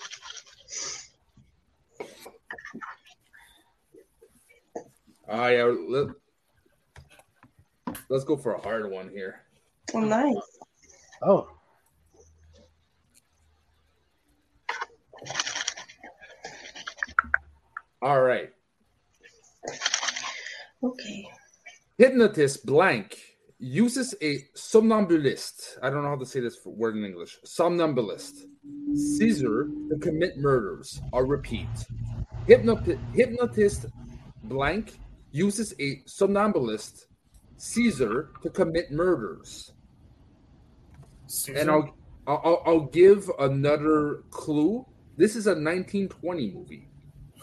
Speaker 1: Ah, yeah. Let, let's go for a hard one here.
Speaker 6: oh, nice.
Speaker 9: Oh,
Speaker 1: All right.
Speaker 6: Okay.
Speaker 1: Hypnotist blank uses a somnambulist. I don't know how to say this word in English. Somnambulist. Caesar to commit murders. I'll repeat. Hypnot- hypnotist blank uses a somnambulist. Caesar to commit murders. And
Speaker 4: Caesar.
Speaker 1: I'll, I'll I'll- I'll give another clue. This is a 1920 movie.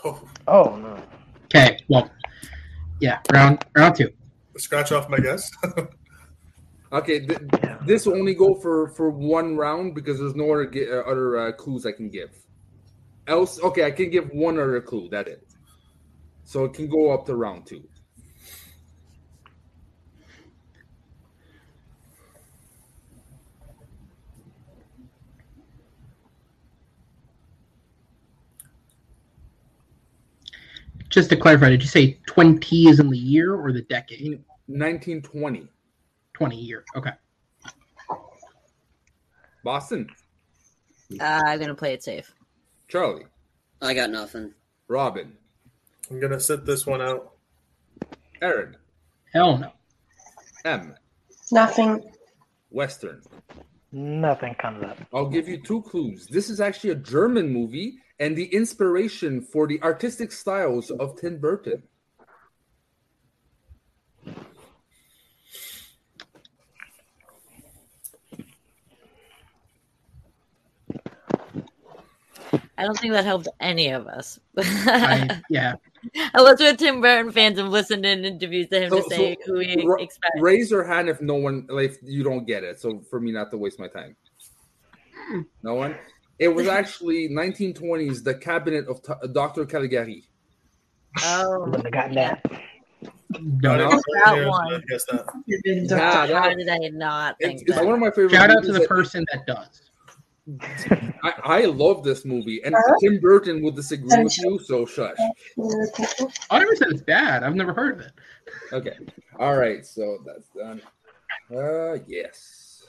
Speaker 4: Oh,
Speaker 9: oh no.
Speaker 5: Okay, well, yeah, round round two.
Speaker 4: scratch off my guess.
Speaker 1: Okay, th- this will only go for for one round because there's no other ge- uh, other uh, clues I can give. Else, okay, I can give one other clue. That it. So it can go up to round two.
Speaker 5: Just to clarify, did you say twenty is in the year or the decade?
Speaker 1: 1920,
Speaker 5: Twenty year. Okay.
Speaker 1: Boston,
Speaker 2: Uh, I'm gonna play it safe.
Speaker 1: Charlie,
Speaker 3: I got nothing.
Speaker 1: Robin,
Speaker 4: I'm gonna sit this one out.
Speaker 1: Aaron,
Speaker 5: Hell no.
Speaker 1: M,
Speaker 6: Nothing.
Speaker 1: Western.
Speaker 9: Nothing comes up.
Speaker 1: I'll give you two clues. This is actually a German movie, and the inspiration for the artistic styles of Tim Burton.
Speaker 2: I don't think that helped any of us.
Speaker 5: I, yeah.
Speaker 2: I was with Tim Burton fans and listened in interviews to him
Speaker 1: So-
Speaker 2: to say
Speaker 1: so
Speaker 2: who we
Speaker 1: Ra-
Speaker 2: expect.
Speaker 1: Raise your hand if no one, like, if you don't get it. So for me, not to waste my time. No one. It was actually 1920s, the cabinet of T- Dr. Caligari.
Speaker 2: Oh,
Speaker 9: Wouldn't have gotten that.
Speaker 5: No.
Speaker 4: Not
Speaker 5: no.
Speaker 4: even
Speaker 2: that
Speaker 4: years,
Speaker 2: one.
Speaker 4: I guess that.
Speaker 1: Yeah, that-
Speaker 2: how did I not
Speaker 1: It's,
Speaker 2: think
Speaker 1: it's
Speaker 2: that?
Speaker 1: one of my favorite.
Speaker 5: Shout out
Speaker 1: movies
Speaker 5: to the
Speaker 1: that-
Speaker 5: person that does.
Speaker 1: I, I love this movie, and
Speaker 6: Huh?
Speaker 1: Tim Burton will disagree with you. So shush.
Speaker 5: I never said it's bad. I've never heard of it.
Speaker 1: Okay. All right. So that's done. Uh, yes.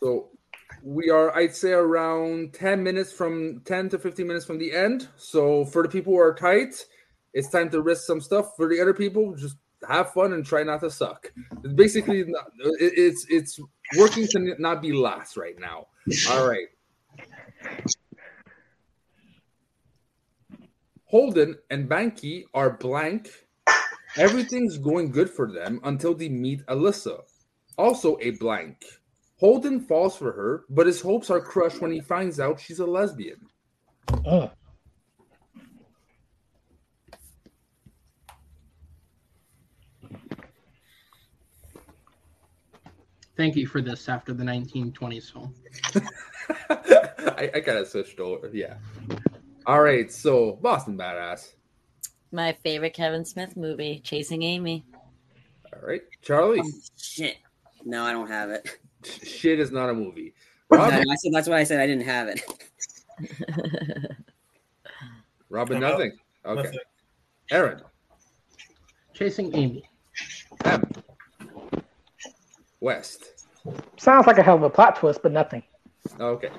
Speaker 1: So we are, I'd say, around 10 minutes from 10 to 15 minutes from the end. So for the people who are tight, it's time to risk some stuff. For the other people, just have fun and try not to suck. It's basically, not, it, it's it's working to not be last right now. All right. Holden and Banky are blank. Everything's going good for them until they meet Alyssa, also a blank. Holden falls for her, but his hopes are crushed when he finds out she's a lesbian.
Speaker 9: Mm.
Speaker 5: Thank you for this after the 1920s film.
Speaker 1: I, I gotta switch over. Yeah. All right. So Boston badass.
Speaker 2: My favorite Kevin Smith movie, Chasing Amy.
Speaker 1: All right, Charlie.
Speaker 3: Shit. No, I don't have it.
Speaker 1: Shit is not a movie.
Speaker 3: I,
Speaker 1: Robin.
Speaker 3: I said, that's why I said I didn't have it.
Speaker 1: Robin.
Speaker 4: I'm out.
Speaker 1: Nothing. Okay.
Speaker 4: Nothing.
Speaker 1: Aaron.
Speaker 5: Chasing Amy.
Speaker 1: M. West.
Speaker 8: Sounds like a hell of a plot twist, but nothing.
Speaker 1: Okay.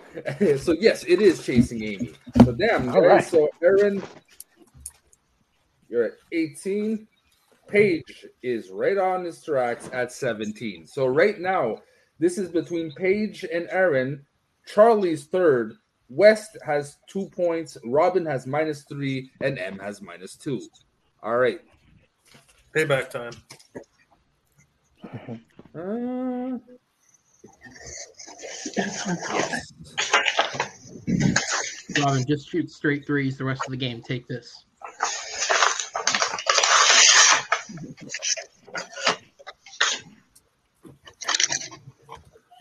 Speaker 1: so yes, it is chasing Amy. So damn,
Speaker 9: All
Speaker 1: guys.
Speaker 9: right.
Speaker 1: So Aaron, you're at 18. Paige is right on his tracks at 17. So right now, this is between Paige and Aaron. Charlie's third. West has two points, Robin has minus three, and M has minus two. All right.
Speaker 4: Payback time.
Speaker 1: Uh,
Speaker 5: Robin, just shoot straight threes the rest of the game. Take this.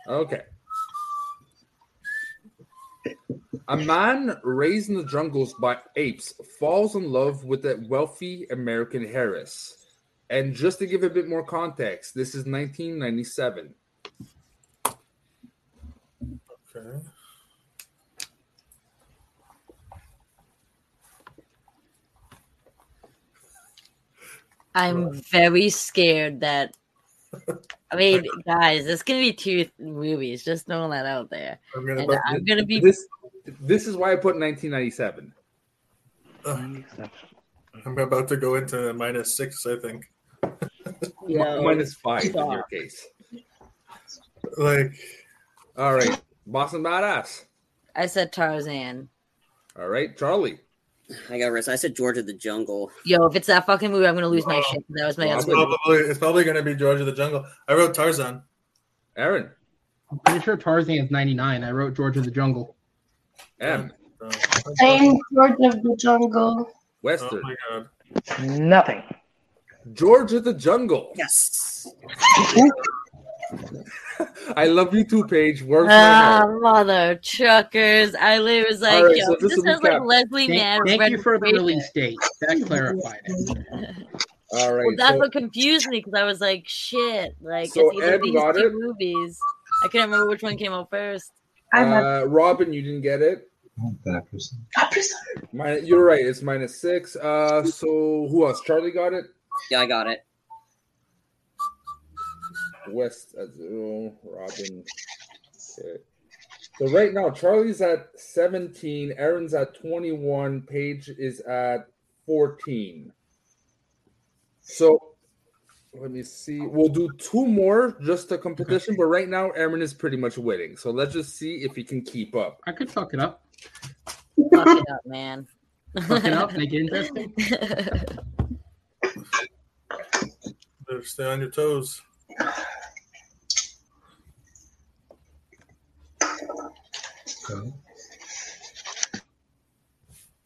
Speaker 1: Okay. A man raised in the jungles by apes falls in love with a wealthy American heiress. And just to give a bit more context, this is 1997.
Speaker 4: Okay.
Speaker 2: I'm very scared that. I mean, guys, it's gonna be two th- movies. Just throwing that out there,
Speaker 4: I'm gonna.
Speaker 2: and I'm gonna be
Speaker 1: This this is why I put 1997.
Speaker 4: I'm about to go into minus six. I think.
Speaker 2: Oh,
Speaker 1: M- minus five in your case.
Speaker 4: Like
Speaker 1: All right. Boston Badass.
Speaker 2: I said Tarzan.
Speaker 1: All right. Charlie.
Speaker 3: I got rest. I said George of the Jungle.
Speaker 2: Yo, if it's that fucking movie, I'm gonna lose my
Speaker 1: Oh,
Speaker 4: Wow.
Speaker 2: shit. That was my
Speaker 1: Wow.
Speaker 4: it's
Speaker 2: answer.
Speaker 4: probably it's probably gonna be George of the Jungle. I wrote Tarzan.
Speaker 1: Aaron.
Speaker 5: I'm pretty sure Tarzan's 99. I wrote George of the Jungle.
Speaker 1: M.
Speaker 4: So-
Speaker 6: I'm George of the Jungle.
Speaker 4: Oh
Speaker 1: Western.
Speaker 4: my god.
Speaker 8: Nothing.
Speaker 1: George of the Jungle.
Speaker 3: Yes.
Speaker 1: I love you too, Paige. Works my
Speaker 2: Ah,
Speaker 1: heart.
Speaker 2: mother truckers! I was like,
Speaker 1: All right,
Speaker 2: yo,
Speaker 1: so
Speaker 2: this
Speaker 1: just to
Speaker 2: is like
Speaker 1: recap.
Speaker 2: Leslie Mann.
Speaker 5: Thank, thank you
Speaker 2: Red
Speaker 5: for the
Speaker 2: Raven.
Speaker 5: release date. That clarified it.
Speaker 1: All right.
Speaker 2: Well, that's
Speaker 1: so-
Speaker 2: what confused me because I was like, shit, like
Speaker 1: So
Speaker 2: it's either
Speaker 1: Ed
Speaker 2: these
Speaker 1: got
Speaker 2: two
Speaker 1: it?
Speaker 2: movies. I can't remember which one came out first.
Speaker 6: I have
Speaker 1: Uh, Robin, you didn't get it.
Speaker 7: Not that person.
Speaker 1: Min you're right. It's minus six. Uh, so who else? Charlie got it.
Speaker 3: Yeah, I got it.
Speaker 1: West at zero. Robin. Okay. So right now, Charlie's at seventeen. Aaron's at twenty-one. Paige is at fourteen. So let me see. We'll do two more just a competition, but right now Aaron is pretty much winning. So let's just see if he can keep up.
Speaker 5: I could fuck it up.
Speaker 2: Fuck it up, man.
Speaker 5: Fuck it up, make it interesting.
Speaker 4: Better Stay on your toes.
Speaker 7: Go.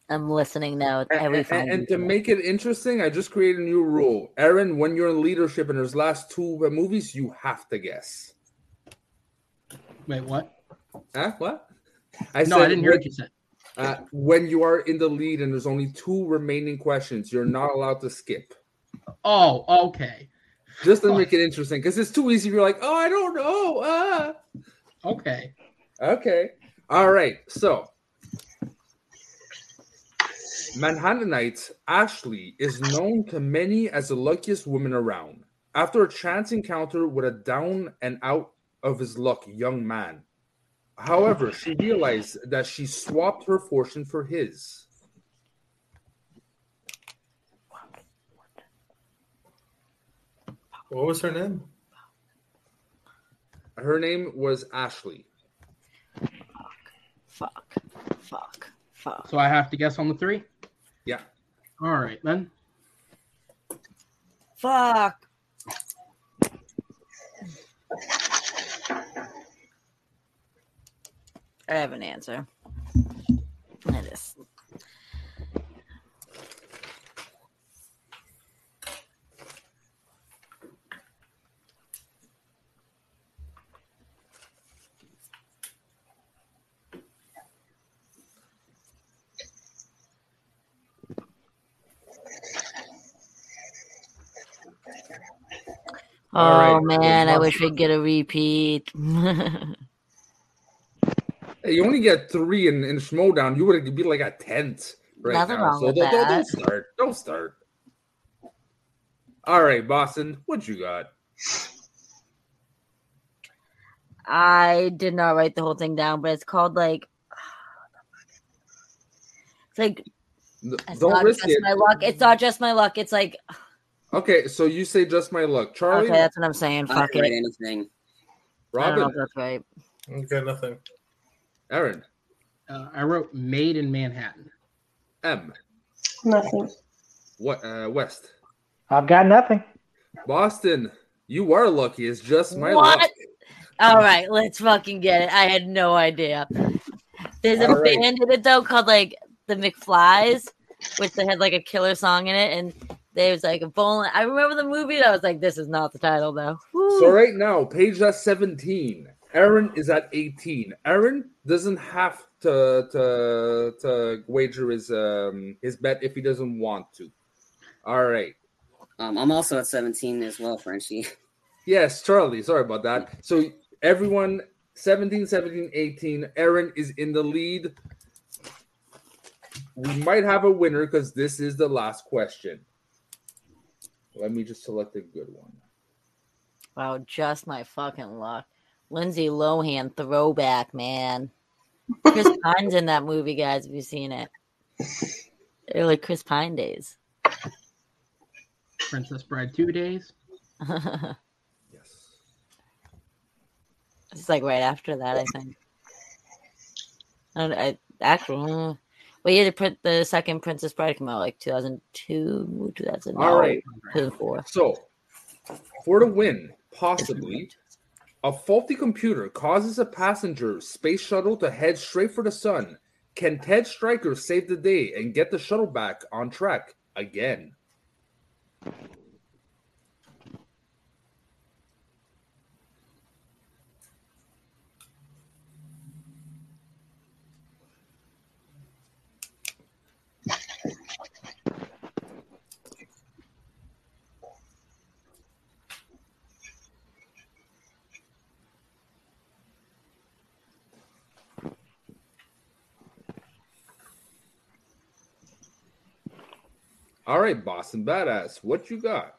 Speaker 2: I'm listening now. with
Speaker 1: And,
Speaker 2: Every
Speaker 1: and-
Speaker 2: five
Speaker 1: and to
Speaker 2: minutes.
Speaker 1: make it interesting, I just created a new rule. Aaron, when you're in leadership and there's last two movies, you have to guess.
Speaker 5: Wait, what?
Speaker 1: Huh? What? I
Speaker 5: no, I didn't hear
Speaker 1: when,
Speaker 5: what you said.
Speaker 1: uh, when you are in the lead and there's only two remaining questions, you're not allowed to skip.
Speaker 5: Oh, okay.
Speaker 1: Just to make it interesting, because it's too easy. You're like, oh, I don't know. Ah.
Speaker 5: Okay.
Speaker 1: Okay. All right. So, Manhattanite Ashley is known to many as the luckiest woman around. After a chance encounter with a down and out of his luck young man, however, she realized that she swapped her fortune for his.
Speaker 4: What was her name?
Speaker 1: Her name was Ashley.
Speaker 2: fuck, fuck, fuck.
Speaker 5: So I have to guess on the three?
Speaker 1: Yeah.
Speaker 5: All right, then.
Speaker 2: Fuck. I have an answer. I just.
Speaker 1: All right,
Speaker 2: Oh man, I
Speaker 1: well,
Speaker 2: wish we'd get a repeat.
Speaker 1: Hey, you only get three in, in Schmodown. You would be like a tenth right
Speaker 2: Nothing
Speaker 1: now.
Speaker 2: wrong
Speaker 1: so
Speaker 2: with
Speaker 1: don't, don't-
Speaker 2: that.
Speaker 1: don't start. Don't start. All right, Boston, what you got?
Speaker 2: I did not write the whole thing down, but it's called like it's like
Speaker 1: N-
Speaker 2: it's
Speaker 1: Don't
Speaker 2: not
Speaker 1: risk
Speaker 2: just
Speaker 1: it.
Speaker 2: my luck. It's not just my luck. It's like
Speaker 1: Okay, so you say just my luck. Charlie,
Speaker 2: okay, that's what I'm saying.
Speaker 3: I
Speaker 2: Fuck
Speaker 3: didn't write
Speaker 2: it.
Speaker 3: anything.
Speaker 2: I don't know
Speaker 1: Robin,
Speaker 2: if that's right.
Speaker 4: Okay, nothing.
Speaker 1: Aaron.
Speaker 5: Uh, I wrote Made in Manhattan.
Speaker 1: M.
Speaker 6: Nothing.
Speaker 1: What? Uh, West.
Speaker 8: I've got nothing.
Speaker 1: Boston. You are lucky. It's just my
Speaker 2: What?
Speaker 1: luck.
Speaker 2: All right, let's fucking get it. I had no idea. There's a
Speaker 1: All right.
Speaker 2: band in it though called like the McFlies, which they had like a killer song in it, and they was like a bowling. I remember the movie. And I was like, this is not the title though. Woo.
Speaker 1: So right now, Paige at 17. Aaron is at 18. Aaron doesn't have to to, to wager his um his bet if he doesn't want to. All right.
Speaker 3: Um, I'm also at 17 as well, Frenchie.
Speaker 1: Yes, Charlie. Sorry about that. So everyone 17, 17, 18. Aaron is in the lead. We might have a winner because this is the last question. Let me just select a good one.
Speaker 2: Wow, just my fucking luck. Lindsay Lohan throwback, man. Chris Pine's in that movie, guys. If you've seen it, early Chris Pine days.
Speaker 5: Princess Bride Two Days.
Speaker 1: Yes.
Speaker 2: It's like right after that, I think. I don't I actually. hmm. Well, yeah, the, print, the second Princess Bride came out like 2002, 2000.
Speaker 1: All right.
Speaker 2: 2004.
Speaker 1: So, for the win, possibly, a faulty computer causes a passenger space shuttle to head straight for the sun. Can Ted Stryker save the day and get the shuttle back on track again? All right, Boston Badass, what you got?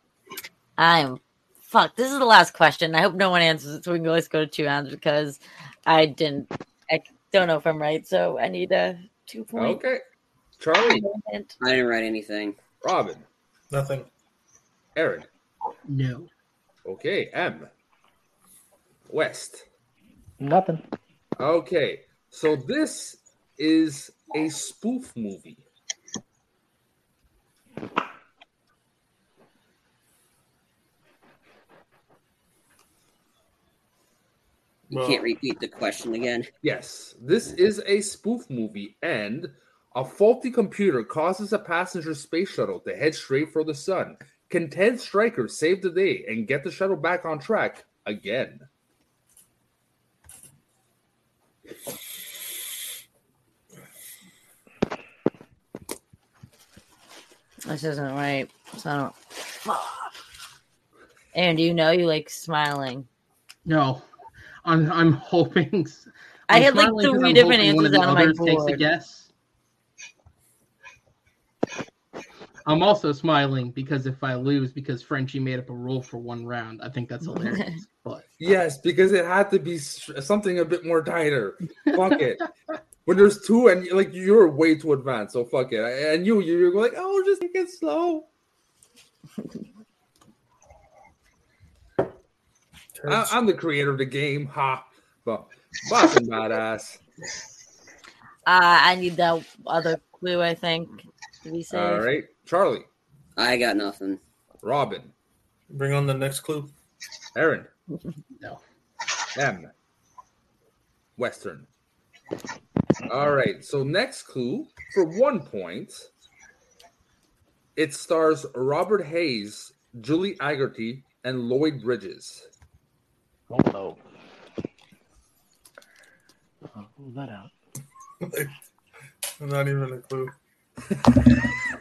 Speaker 2: I'm. Fuck, this is the last question. I hope no one answers it so we can always go to two rounds because I didn't. I don't know if I'm right, so I need a two point.
Speaker 1: Okay. Charlie,
Speaker 2: And
Speaker 3: I didn't write anything.
Speaker 1: Robin,
Speaker 4: Nothing.
Speaker 1: Aaron.
Speaker 5: No.
Speaker 1: Okay, M. West.
Speaker 8: Nothing.
Speaker 1: Okay, so this is a spoof movie.
Speaker 3: You
Speaker 4: Well-
Speaker 3: can't repeat the question again.
Speaker 1: Yes, this is a spoof movie, and a faulty computer causes a passenger space shuttle to head straight for the sun. Can Ted Stryker save the day and get the shuttle back on track again?
Speaker 2: this isn't right, so I don't. And you know you like smiling.
Speaker 5: No. I'm I'm hoping.
Speaker 2: I
Speaker 5: I'm
Speaker 2: had like
Speaker 5: smiling 'cause
Speaker 2: three
Speaker 5: I'm
Speaker 2: different
Speaker 5: hoping one
Speaker 2: answers
Speaker 5: of the
Speaker 2: on my
Speaker 5: others takes a
Speaker 2: board.
Speaker 5: guess. I'm also smiling because if I lose, because Frenchie made up a rule for one round, I think that's hilarious. but
Speaker 1: Yes, because it had to be s- something a bit more tighter. Fuck it. When there's two, and like you're way too advanced, so fuck it. And you, you're like, oh, just take it slow. I, I'm the creator of the game, ha. But fucking badass.
Speaker 2: Uh, I need that other clue, I think, to be safe.
Speaker 1: All right, Charlie,
Speaker 3: I got nothing.
Speaker 1: Robin,
Speaker 4: Bring on the next clue.
Speaker 1: Aaron,
Speaker 5: no.
Speaker 1: M, Western. All right, so next clue for one point. It stars Robert Hayes, Julie Agerty, and Lloyd Bridges.
Speaker 9: Oh no. I'll rule that out.
Speaker 4: Not even a clue.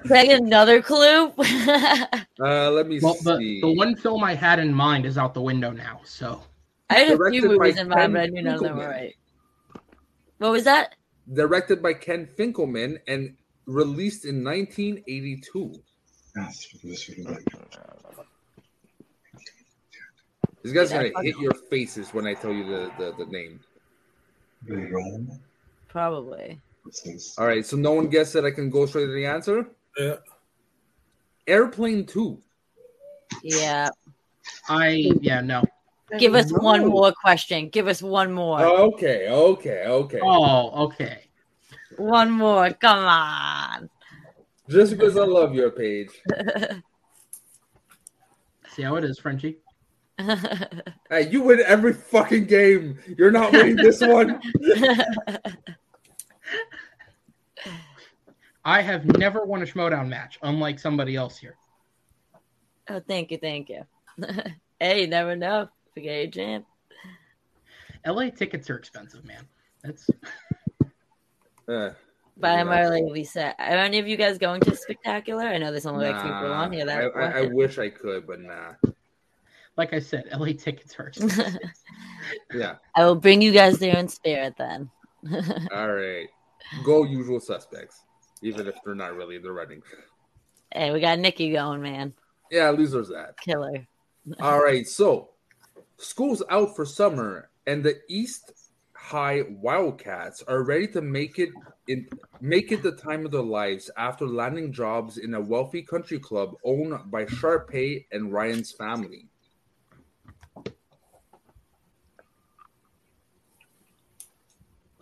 Speaker 2: Can I get another clue? I
Speaker 1: Uh, let me
Speaker 5: Well, the,
Speaker 1: see.
Speaker 5: the one film I had in mind is out the window now. So
Speaker 2: had a few
Speaker 1: Directed by
Speaker 2: movies in mind, but I
Speaker 1: Ken
Speaker 2: knew none of them were
Speaker 1: Kugelman.
Speaker 2: right. What was that?
Speaker 1: Directed by Ken Finkelman and released in 1982.
Speaker 7: Ah, c'est pas possible.
Speaker 1: These guys
Speaker 2: Yeah,
Speaker 1: are
Speaker 2: I
Speaker 1: gonna hit your faces when I tell you the, the, the name.
Speaker 7: Le Rond,
Speaker 2: Probably.
Speaker 7: c'est ça.
Speaker 1: All right, so no one guessed that I can go straight to the answer.
Speaker 4: Yeah.
Speaker 1: Airplane 2.
Speaker 2: Yeah.
Speaker 5: I yeah no.
Speaker 2: Give us one
Speaker 7: No.
Speaker 1: Uh,
Speaker 2: more question. Give us one more.
Speaker 1: Okay, okay, okay.
Speaker 5: Oh okay.
Speaker 2: One more. Come on.
Speaker 1: Just because I love your page.
Speaker 5: See how it is, Frenchie.
Speaker 1: Hey, you win every fucking game. You're not winning this one.
Speaker 5: I have never won a Schmodown match, unlike somebody else here.
Speaker 2: Oh, thank you, thank you. hey, you never know. Forget your champ.
Speaker 5: LA tickets are expensive, man. That's
Speaker 1: Eh,
Speaker 2: Buy them
Speaker 1: Yeah.
Speaker 2: early, we set. Are any of you guys going to spectacular? I know there's only like three people
Speaker 1: nah.
Speaker 2: on here. That
Speaker 1: I, I, I wish I could, but nah.
Speaker 5: like I said, LA tickets are expensive.
Speaker 1: Yeah.
Speaker 2: I will bring you guys there in spirit then.
Speaker 1: All right. Go usual suspects, even if they're not really in the running.
Speaker 2: hey, we got Nikki going, man.
Speaker 1: Yeah, losers that.
Speaker 2: Killer.
Speaker 1: All right. So, school's out for summer, and the East High Wildcats are ready to make it in make it the time of their lives after landing jobs in a wealthy country club owned by Sharpay and Ryan's family.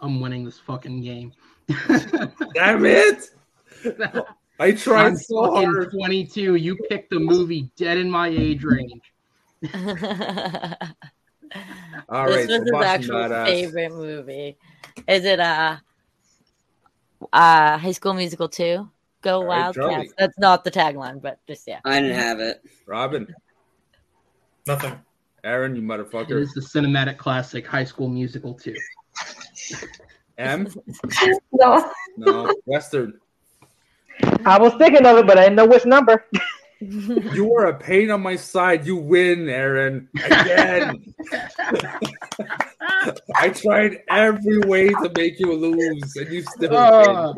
Speaker 5: I'm winning this fucking game.
Speaker 1: Damn it! I tried
Speaker 5: I'm
Speaker 1: so
Speaker 5: fucking
Speaker 1: hard.
Speaker 5: 22. You picked the movie dead in my age range.
Speaker 1: All
Speaker 2: this
Speaker 1: right,
Speaker 2: was his
Speaker 1: Sebastian
Speaker 2: actual
Speaker 1: Badass.
Speaker 2: favorite movie. Is it uh uh High School Musical two? Go
Speaker 1: All right,
Speaker 2: Wild
Speaker 1: Charlie.
Speaker 2: Wildcats. That's not the tagline, but just yeah.
Speaker 3: I didn't have it.
Speaker 1: Robin,
Speaker 4: Nothing.
Speaker 1: Aaron, you
Speaker 5: It
Speaker 1: motherfucker.
Speaker 5: is the cinematic classic High School Musical 2.
Speaker 1: M,
Speaker 6: No.
Speaker 1: no, Western.
Speaker 8: I was thinking of it, but I didn't know which number.
Speaker 1: You were a pain on my side. You win, Aaron. Again. I tried every way to make you lose, and you still
Speaker 5: Oh,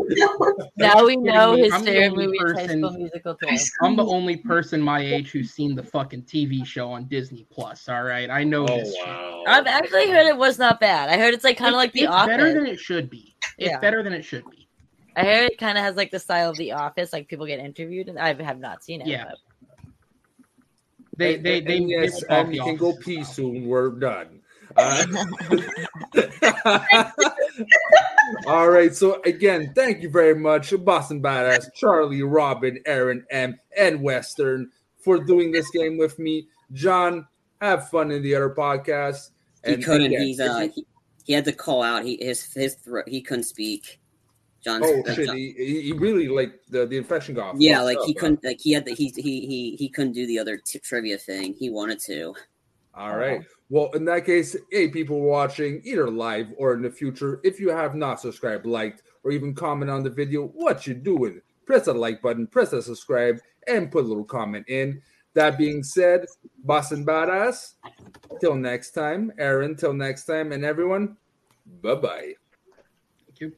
Speaker 2: now we
Speaker 5: kidding
Speaker 2: know
Speaker 5: me.
Speaker 2: his
Speaker 5: I'm the
Speaker 2: favorite
Speaker 5: only
Speaker 2: movie is High
Speaker 5: person-
Speaker 2: School Musical two.
Speaker 5: I'm the only person my age who's seen the fucking TV show on Disney Plus. All right, I know
Speaker 1: win.
Speaker 5: this. oh, shit.
Speaker 1: Oh, wow.
Speaker 2: I've actually heard it was not bad. I heard it's like kind of like
Speaker 5: It's-
Speaker 2: The
Speaker 5: it's better
Speaker 2: Office.
Speaker 5: than it should be. It's
Speaker 2: Yeah.
Speaker 5: better than it should be.
Speaker 2: I heard it kind of has like the style of The Office, like people get interviewed, and I have not seen it.
Speaker 5: Yeah.
Speaker 2: but-
Speaker 5: They
Speaker 1: And-
Speaker 5: they they,
Speaker 1: and
Speaker 5: they
Speaker 1: yes,
Speaker 5: will talk
Speaker 1: um,
Speaker 5: the
Speaker 1: you can go
Speaker 5: office
Speaker 1: pee
Speaker 5: style.
Speaker 1: soon. We're done. Uh, all right. So again, thank you very much, Boston Badass, Charlie, Robin, Aaron, M, and Western for doing this game with me. John, have fun in the other podcast.
Speaker 3: He
Speaker 1: And
Speaker 3: couldn't.
Speaker 1: again,
Speaker 3: He's
Speaker 1: if
Speaker 3: uh,
Speaker 1: you-
Speaker 3: he, he had to call out. He his his throat. He couldn't speak. John's
Speaker 1: Oh
Speaker 3: uh,
Speaker 1: shit!
Speaker 3: John-
Speaker 1: He, he he really like the, the infection got.
Speaker 3: yeah,
Speaker 1: fucked
Speaker 3: like
Speaker 1: up,
Speaker 3: he
Speaker 1: huh?
Speaker 3: couldn't. Like he had. The, he he he he couldn't do the other t- trivia thing. He wanted to.
Speaker 1: All right. Well, in that case, hey, people watching either live or in the future, if you have not subscribed, liked, or even comment on the video, what you doing? Press that like button, press that subscribe, and put a little comment in. That being said, boss and badass. Till next time, Aaron. Till next time, and everyone. Bye bye.
Speaker 5: Thank you.